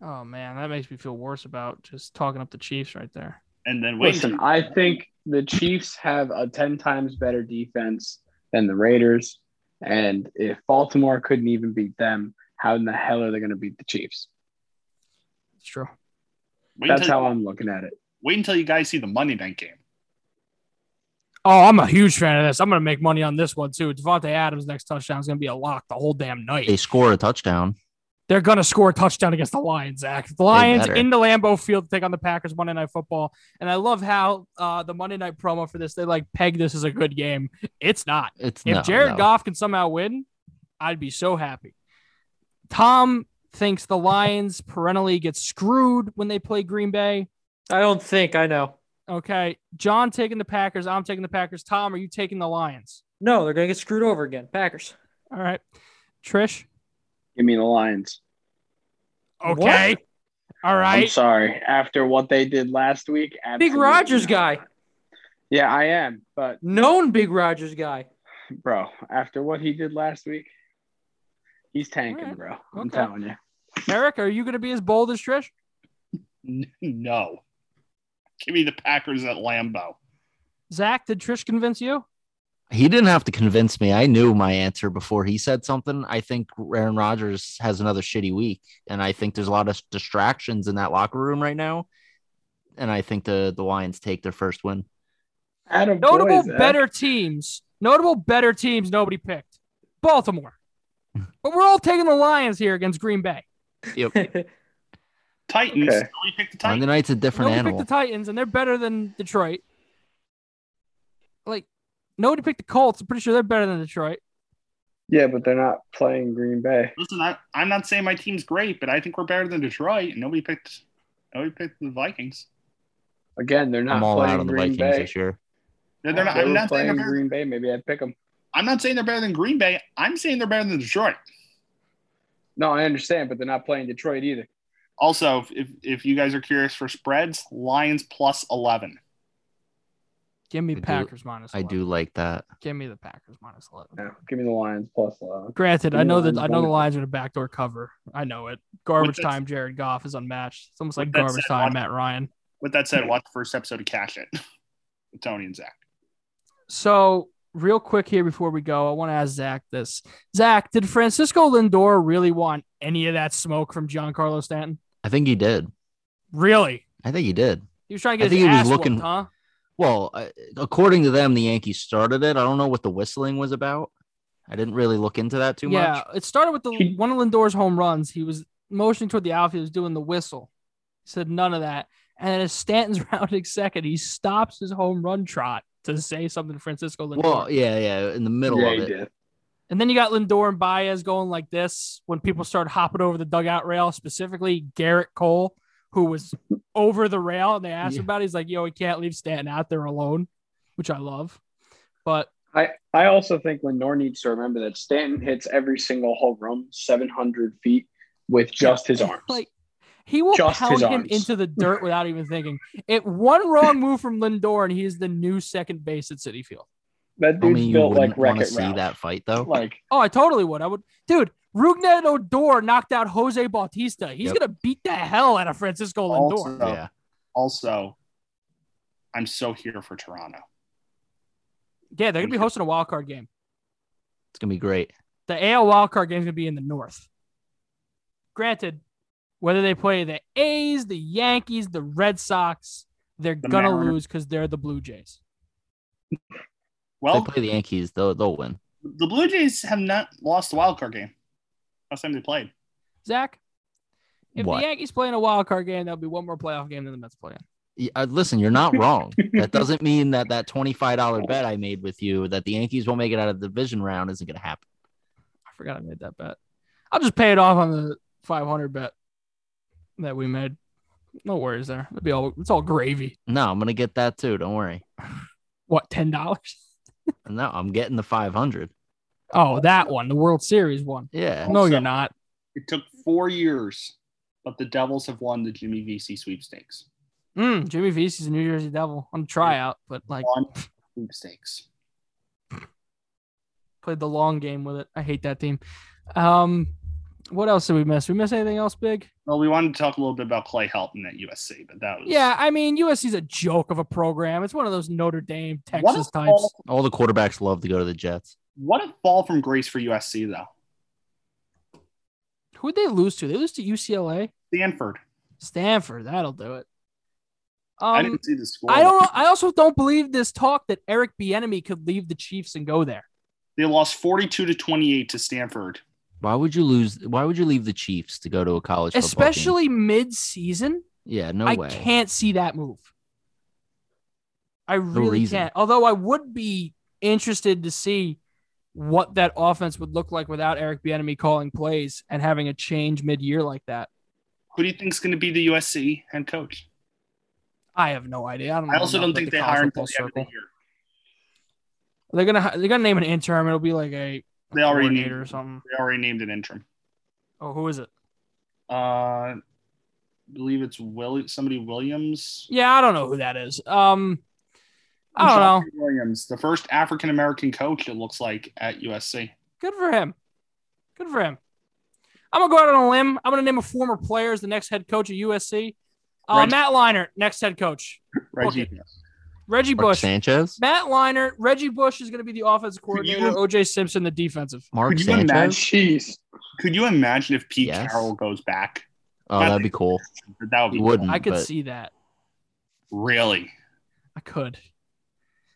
Speaker 1: Oh man, that makes me feel worse about just talking up the Chiefs right there.
Speaker 4: And then wait.
Speaker 2: Listen, I think the Chiefs have a 10 times better defense than the Raiders. And if Baltimore couldn't even beat them, how in the hell are they going to beat the Chiefs?
Speaker 1: It's true.
Speaker 4: wait,
Speaker 2: That's
Speaker 4: until,
Speaker 2: how I'm looking at it.
Speaker 4: wait until you guys see the Monday night game.
Speaker 1: Oh, I'm a huge fan of this. I'm gonna make money on this one too. Devontae Adams' next touchdown is gonna be a lock the whole damn
Speaker 3: They
Speaker 1: night.
Speaker 3: score a touchdown.
Speaker 1: They're gonna score a touchdown against the Lions, Zach. The Lions
Speaker 3: better.
Speaker 1: into Lambeau Field to take on the Packers Monday Night Football. And I love how uh, the Monday Night promo for this they like peg this as a good game. It's not.
Speaker 3: It's
Speaker 1: If
Speaker 3: no,
Speaker 1: Jared
Speaker 3: no.
Speaker 1: Goff can somehow win, I'd be so happy. Tom thinks the Lions perennially get screwed when they play Green Bay.
Speaker 5: I don't think I know.
Speaker 1: Okay. John taking the Packers. I'm taking the Packers. Tom, are you taking the Lions?
Speaker 5: No, they're gonna get screwed over again. Packers.
Speaker 1: All right. Trish.
Speaker 2: Give me the Lions.
Speaker 1: Okay. All
Speaker 2: I'm
Speaker 1: right.
Speaker 2: sorry. After what they did last week,
Speaker 5: Big
Speaker 2: absolutely
Speaker 5: Rogers
Speaker 2: not.
Speaker 5: guy.
Speaker 2: Yeah, I am. But
Speaker 5: Known Big Rogers guy.
Speaker 2: bro, after what he did last week, he's tanking,
Speaker 1: Alright.
Speaker 2: bro. I'm
Speaker 1: Okay.
Speaker 2: telling you.
Speaker 1: Eric, are you going to be as bold as Trish?
Speaker 4: N- No. Give me the Packers at Lambeau.
Speaker 1: Zach, did Trish convince you?
Speaker 3: He didn't have to convince me. I knew my answer before he said something. I think Aaron Rodgers has another shitty week, and I think there's a lot of distractions in that locker room right now. And I think the the Lions take their first win.
Speaker 2: Adam
Speaker 1: Notable
Speaker 2: Boy, Zach.
Speaker 1: better teams. Notable better teams nobody picked. Baltimore. But we're all taking the Lions here against Green Bay.
Speaker 3: Yep.
Speaker 4: Titans.
Speaker 2: Okay.
Speaker 4: We pick the Titans.
Speaker 3: Monday night's a different
Speaker 1: nobody
Speaker 3: animal.
Speaker 1: picked the Titans, and they're better than Detroit. Like nobody picked the Colts. I'm pretty sure they're better than Detroit.
Speaker 2: Yeah, but they're not playing Green Bay.
Speaker 4: Listen, I, I'm not saying my team's great, but I think we're better than Detroit. And nobody picked nobody picked the Vikings.
Speaker 2: Again, they're not
Speaker 3: I'm all
Speaker 2: playing
Speaker 3: out on the
Speaker 2: Green
Speaker 3: Vikings
Speaker 2: Bay.
Speaker 3: this year.
Speaker 4: They're, they're not,
Speaker 2: They
Speaker 4: I'm,
Speaker 2: were
Speaker 4: not saying they're
Speaker 2: playing
Speaker 4: better,
Speaker 2: Green Bay. Maybe I'd pick them.
Speaker 4: I'm not saying they're better than Green Bay. I'm saying they're better than Detroit.
Speaker 2: No, I understand, but they're not playing Detroit either.
Speaker 4: Also, if- if, if you guys are curious for spreads, Lions plus 11.
Speaker 1: Give me
Speaker 3: I do-
Speaker 1: Packers minus.
Speaker 3: I
Speaker 1: 11.
Speaker 3: do like that.
Speaker 1: Give me the Packers minus eleven.
Speaker 2: No, give me the Lions plus uh, eleven. Give
Speaker 1: Granted,
Speaker 2: me
Speaker 1: I know
Speaker 2: the
Speaker 1: that I
Speaker 2: Lions
Speaker 1: know the
Speaker 2: minus-
Speaker 1: Lions are in a backdoor cover. I know it. Garbage
Speaker 4: that-
Speaker 1: time. Jared Goff is unmatched. It's almost
Speaker 4: With
Speaker 1: like
Speaker 4: that
Speaker 1: garbage
Speaker 4: said,
Speaker 1: time.
Speaker 4: why-
Speaker 1: Matt Ryan.
Speaker 4: With that said, watch the first episode of Cash It with Tony and Zach.
Speaker 1: So real quick here before we go, I want to ask Zach this. Zach, did Francisco Lindor really want any of that smoke from Giancarlo Stanton?
Speaker 3: I think he did.
Speaker 1: Really?
Speaker 3: I think he did.
Speaker 1: He was trying to
Speaker 3: I
Speaker 1: get
Speaker 3: think
Speaker 1: his
Speaker 3: he was
Speaker 1: ass
Speaker 3: looking-
Speaker 1: whooped, huh?
Speaker 3: Well, uh, according to them, the Yankees started it. I don't know what the whistling was about. I didn't really look into that too
Speaker 1: yeah,
Speaker 3: much.
Speaker 1: it started with the
Speaker 2: He-
Speaker 1: one of Lindor's home runs. He was motioning toward the outfield, he was doing the whistle. He said none of that. And then as Stanton's rounding second, he stops his home run trot to say something to Francisco Lindor.
Speaker 3: Well, yeah, yeah, in the middle
Speaker 2: yeah,
Speaker 3: of
Speaker 2: he
Speaker 3: it.
Speaker 2: did.
Speaker 1: And then you got Lindor and Baez going like this when people started hopping over the dugout rail, specifically Garrett Cole, who was over the rail and they asked
Speaker 3: Yeah.
Speaker 1: about it. He's like, yo, he can't leave Stanton out there alone, which I love. But
Speaker 2: I, I also think Lindor needs to remember that Stanton hits every single home run 700 feet with just his arms.
Speaker 1: like he will
Speaker 2: Just
Speaker 1: pound
Speaker 2: his
Speaker 1: him
Speaker 2: arms.
Speaker 1: into the dirt without even thinking. It one wrong move from Lindor and he is the new second base at City Field.
Speaker 2: that
Speaker 3: I
Speaker 2: dude's
Speaker 3: mean, you
Speaker 2: built like
Speaker 3: wouldn't want to
Speaker 2: Wreck-It
Speaker 3: see
Speaker 2: Ralph.
Speaker 3: that fight though.
Speaker 2: Like,
Speaker 1: Oh, I totally would. I would, dude. Rugnet Odor knocked out Jose Bautista. He's
Speaker 3: Yep.
Speaker 1: gonna beat the hell out of Francisco Lindor.
Speaker 4: Also,
Speaker 3: yeah,
Speaker 4: also, I'm so here for Toronto.
Speaker 1: yeah, they're gonna be hosting a wild card game.
Speaker 3: it's gonna be great.
Speaker 1: The AL wild card game is gonna be in the North. Granted, whether they play the A's, the Yankees, the Red Sox, they're
Speaker 4: The
Speaker 1: gonna
Speaker 4: Mariners.
Speaker 1: lose because they're the Blue Jays.
Speaker 4: Well,
Speaker 3: they play the Yankees, they'll they'll win.
Speaker 4: the Blue Jays have not lost the wild card game. Last time they played.
Speaker 1: Zach, if
Speaker 3: What?
Speaker 1: the Yankees play in a wild card game, that'll be one more playoff game than the Mets play in.
Speaker 3: Yeah, uh, listen, you're not wrong. that doesn't mean that that twenty five dollar bet I made with you that the Yankees won't make it out of the division round isn't gonna happen.
Speaker 1: I forgot I made that bet. I'll just pay it off on the 500 bet that we made. No worries there. It'll be all it's all gravy.
Speaker 3: No, I'm gonna get that too. Don't worry.
Speaker 1: What ten dollars?
Speaker 3: No, I'm getting the five hundred.
Speaker 1: Oh, that one, the World Series one.
Speaker 3: Yeah,
Speaker 1: No,
Speaker 4: Also-
Speaker 1: you're not.
Speaker 4: It took four years, but the Devils have won the Jimmy VC sweepstakes.
Speaker 1: Mm, Jimmy Vesey's a New Jersey Devil on tryout, but like
Speaker 4: One sweepstakes.
Speaker 1: played the long game with it. I hate that team. Um, what else did we miss? We miss anything else big?
Speaker 4: Well, we wanted to talk a little bit about Clay Helton at USC, but that was
Speaker 1: Yeah, I mean USC's a joke of a program. It's one of those Notre Dame,
Speaker 4: What a
Speaker 1: Texas types.
Speaker 4: fall-
Speaker 3: all the quarterbacks love to go to the Jets.
Speaker 4: What a fall from grace for USC though.
Speaker 1: Who'd they lose to? They lose to UCLA,
Speaker 4: Stanford.
Speaker 1: Stanford. That'll do it. Um,
Speaker 4: I didn't see the score.
Speaker 1: I don't. I also don't believe this talk that Eric Bieniemy could leave the Chiefs and go there.
Speaker 4: They lost 42 to 28 to Stanford.
Speaker 3: Why would you lose? Why would you leave the Chiefs to go to a college? football team?
Speaker 1: Especially mid-season,
Speaker 3: yeah, no
Speaker 1: I
Speaker 3: way.
Speaker 1: can't see that move. I really
Speaker 3: reason.
Speaker 1: can't. Although I would be interested to see what that offense would look like without Eric Bieniemy calling plays and having a change mid-year like that.
Speaker 4: Who do you think's going to be the USC head coach?
Speaker 1: I have no idea. I don't.
Speaker 4: I
Speaker 1: know
Speaker 4: also
Speaker 1: enough
Speaker 4: don't
Speaker 1: about
Speaker 4: think
Speaker 1: Mm, the
Speaker 4: they
Speaker 1: college
Speaker 4: hire
Speaker 1: football
Speaker 4: until the end of the
Speaker 1: circle.
Speaker 4: year.
Speaker 1: They're gonna hi- they're gonna name an interim. It'll be like a
Speaker 4: They already
Speaker 1: coordinator
Speaker 4: named
Speaker 1: or something.
Speaker 4: They already named an interim.
Speaker 1: Oh, who is it?
Speaker 4: Uh, I believe it's Will somebody Williams.
Speaker 1: Yeah, I don't know who that is. Um, I don't know.
Speaker 4: Montrezl Williams, the first African American coach, it looks like at USC.
Speaker 1: Good for him. Good for him. I'm gonna go out on a limb. I'm gonna name a former player as the next head coach at USC. Uh,
Speaker 4: Reggie-
Speaker 1: Matt Leinart, next head coach.
Speaker 4: Reggie,
Speaker 1: Reggie
Speaker 3: Mark
Speaker 1: Bush.
Speaker 3: Sanchez.
Speaker 1: Matt Leinart, Reggie Bush is gonna be the offensive coordinator.
Speaker 4: you-
Speaker 1: OJ Simpson, the defensive.
Speaker 3: Mark
Speaker 4: Could you
Speaker 3: Sanchez.
Speaker 4: imagine-
Speaker 2: jeez.
Speaker 4: could you imagine if Pete
Speaker 3: Yes.
Speaker 4: Carroll goes back?
Speaker 3: Oh, that'd be cool.
Speaker 4: That would be
Speaker 3: You wouldn't.
Speaker 1: I could
Speaker 3: but-
Speaker 1: see that.
Speaker 4: really.
Speaker 1: I could,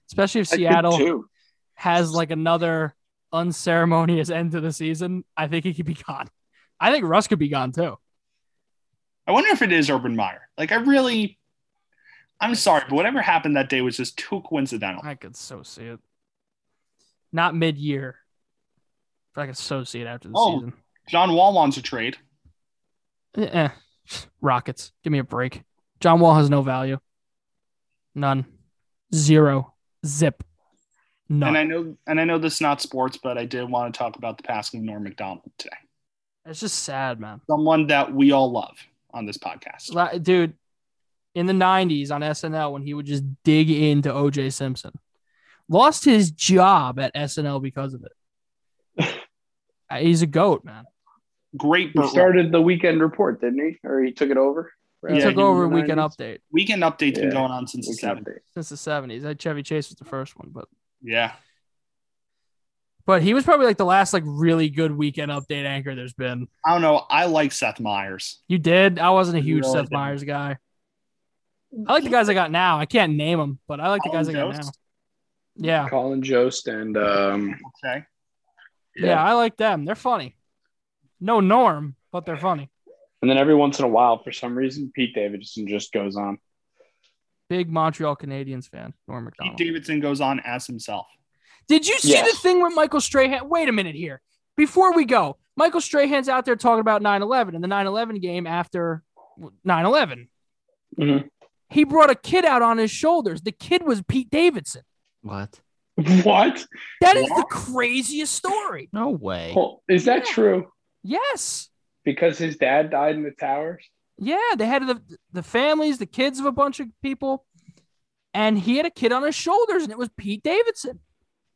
Speaker 1: especially if
Speaker 2: I could
Speaker 1: Seattle
Speaker 2: too.
Speaker 1: has like another unceremonious end to the season. I think he could be gone. I think Russ could be gone too.
Speaker 4: I wonder if it is Urban Meyer. Like, I really, I'm sorry, but whatever happened that day was just too coincidental.
Speaker 1: I could so see it. Not mid year. But I could so see it after the
Speaker 4: Oh.
Speaker 1: season.
Speaker 4: John Wall wants a trade.
Speaker 1: Eh, eh. Rockets. Give me a break. John Wall has no value. None. Zero. Zip. None.
Speaker 4: And I know, and I know this is not sports, but I did want to talk about the passing of Norm McDonald today.
Speaker 1: it's just sad, man.
Speaker 4: Someone that we all love on this podcast.
Speaker 1: La- Dude, in the 90s on SNL, when he would just dig into OJ Simpson, lost his job at SNL because of it. Uh, He's a goat, man.
Speaker 4: Great
Speaker 2: He
Speaker 4: Burt
Speaker 2: started the weekend report, didn't he? Or he took it over?
Speaker 1: He
Speaker 4: Yeah,
Speaker 1: took
Speaker 4: he
Speaker 1: over
Speaker 2: was in the
Speaker 1: Weekend
Speaker 2: 90s.
Speaker 1: Update
Speaker 4: Reynolds. Weekend update's been
Speaker 2: Yeah.
Speaker 4: going on since the
Speaker 2: Weekend
Speaker 4: 70s.
Speaker 2: update.
Speaker 1: since the 70s. I Chevy Chase was the first one, but
Speaker 4: Yeah.
Speaker 1: But he was probably like the last like really good weekend update anchor there's been.
Speaker 4: I don't know. I like Seth Meyers.
Speaker 1: You did. I wasn't a huge
Speaker 4: Really
Speaker 1: Seth
Speaker 4: didn't.
Speaker 1: Meyers guy. I like the guys I got now. I can't name them, but I like the
Speaker 4: Colin
Speaker 1: guys I got now.
Speaker 4: Jost?
Speaker 1: Yeah.
Speaker 2: Colin Jost and um,
Speaker 4: Okay.
Speaker 1: yeah, I like them. They're funny. No norm, but they're funny.
Speaker 2: And then every once in a while, for some reason, Pete Davidson just goes on.
Speaker 1: Big Montreal Canadiens fan, Norm
Speaker 4: Pete
Speaker 1: McDonald.
Speaker 4: Davidson goes on as himself.
Speaker 1: Did you see the
Speaker 2: Yes.
Speaker 1: thing with Michael Strahan? Wait a minute here. Before we go, Michael Strahan's out there talking about 9 11 and the 9 11 game after 9 11.
Speaker 2: Mhm.
Speaker 1: He brought a kid out on his shoulders. The kid was Pete Davidson.
Speaker 3: What?
Speaker 2: What?
Speaker 1: That is the
Speaker 4: What?
Speaker 1: craziest story.
Speaker 3: No way.
Speaker 2: Hol- Is that
Speaker 1: Yeah.
Speaker 2: true?
Speaker 1: Yes.
Speaker 2: Because his dad died in the towers?
Speaker 1: Yeah. They had the, the families, the kids of a bunch of people. And he had a kid on his shoulders, and it was Pete Davidson.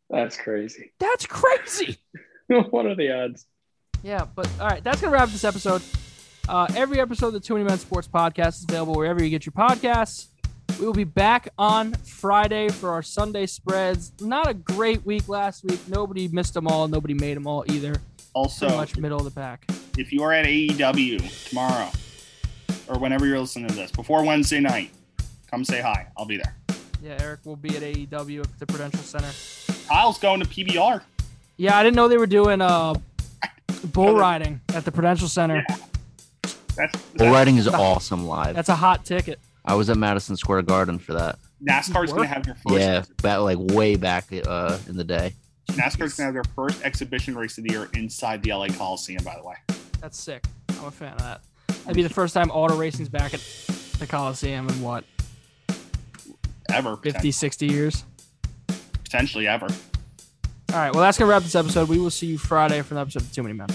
Speaker 2: That's crazy.
Speaker 1: That's crazy.
Speaker 2: what are the odds?
Speaker 1: Yeah, but all right, that's gonna wrap up this episode. Uh, every episode of the Too Many Men Sports Podcast is available wherever you get your podcasts. We will be back on Friday for our Sunday spreads. Not a great week last week. Nobody missed them all. Nobody made them all either.
Speaker 4: Also,
Speaker 1: Pretty much middle of the pack.
Speaker 4: if you are at AEW tomorrow or whenever you're listening to this, before Wednesday night, come say hi. I'll be there.
Speaker 1: Yeah, Eric will be at AEW at the Prudential Center.
Speaker 4: Kyle's going to PBR.
Speaker 1: Yeah, I didn't know they were doing uh, bull riding at the Prudential Center.
Speaker 4: That's,
Speaker 3: Bull
Speaker 4: that's
Speaker 3: riding is awesome live.
Speaker 1: That's a hot ticket.
Speaker 3: I was at Madison Square Garden for that.
Speaker 4: NASCAR's going to have their first.
Speaker 3: Yeah, back like way back uh, in the day.
Speaker 4: NASCAR's going to have their first exhibition race of the year inside the LA Coliseum. By the way,
Speaker 1: That's sick. I'm a fan of that. That'd be the first time auto racing's back at the Coliseum in what
Speaker 4: ever
Speaker 1: 50, 60 years.
Speaker 4: potentially ever.
Speaker 1: All right. Well, that's going to wrap this episode. We will see you Friday for an episode of Too Many Men.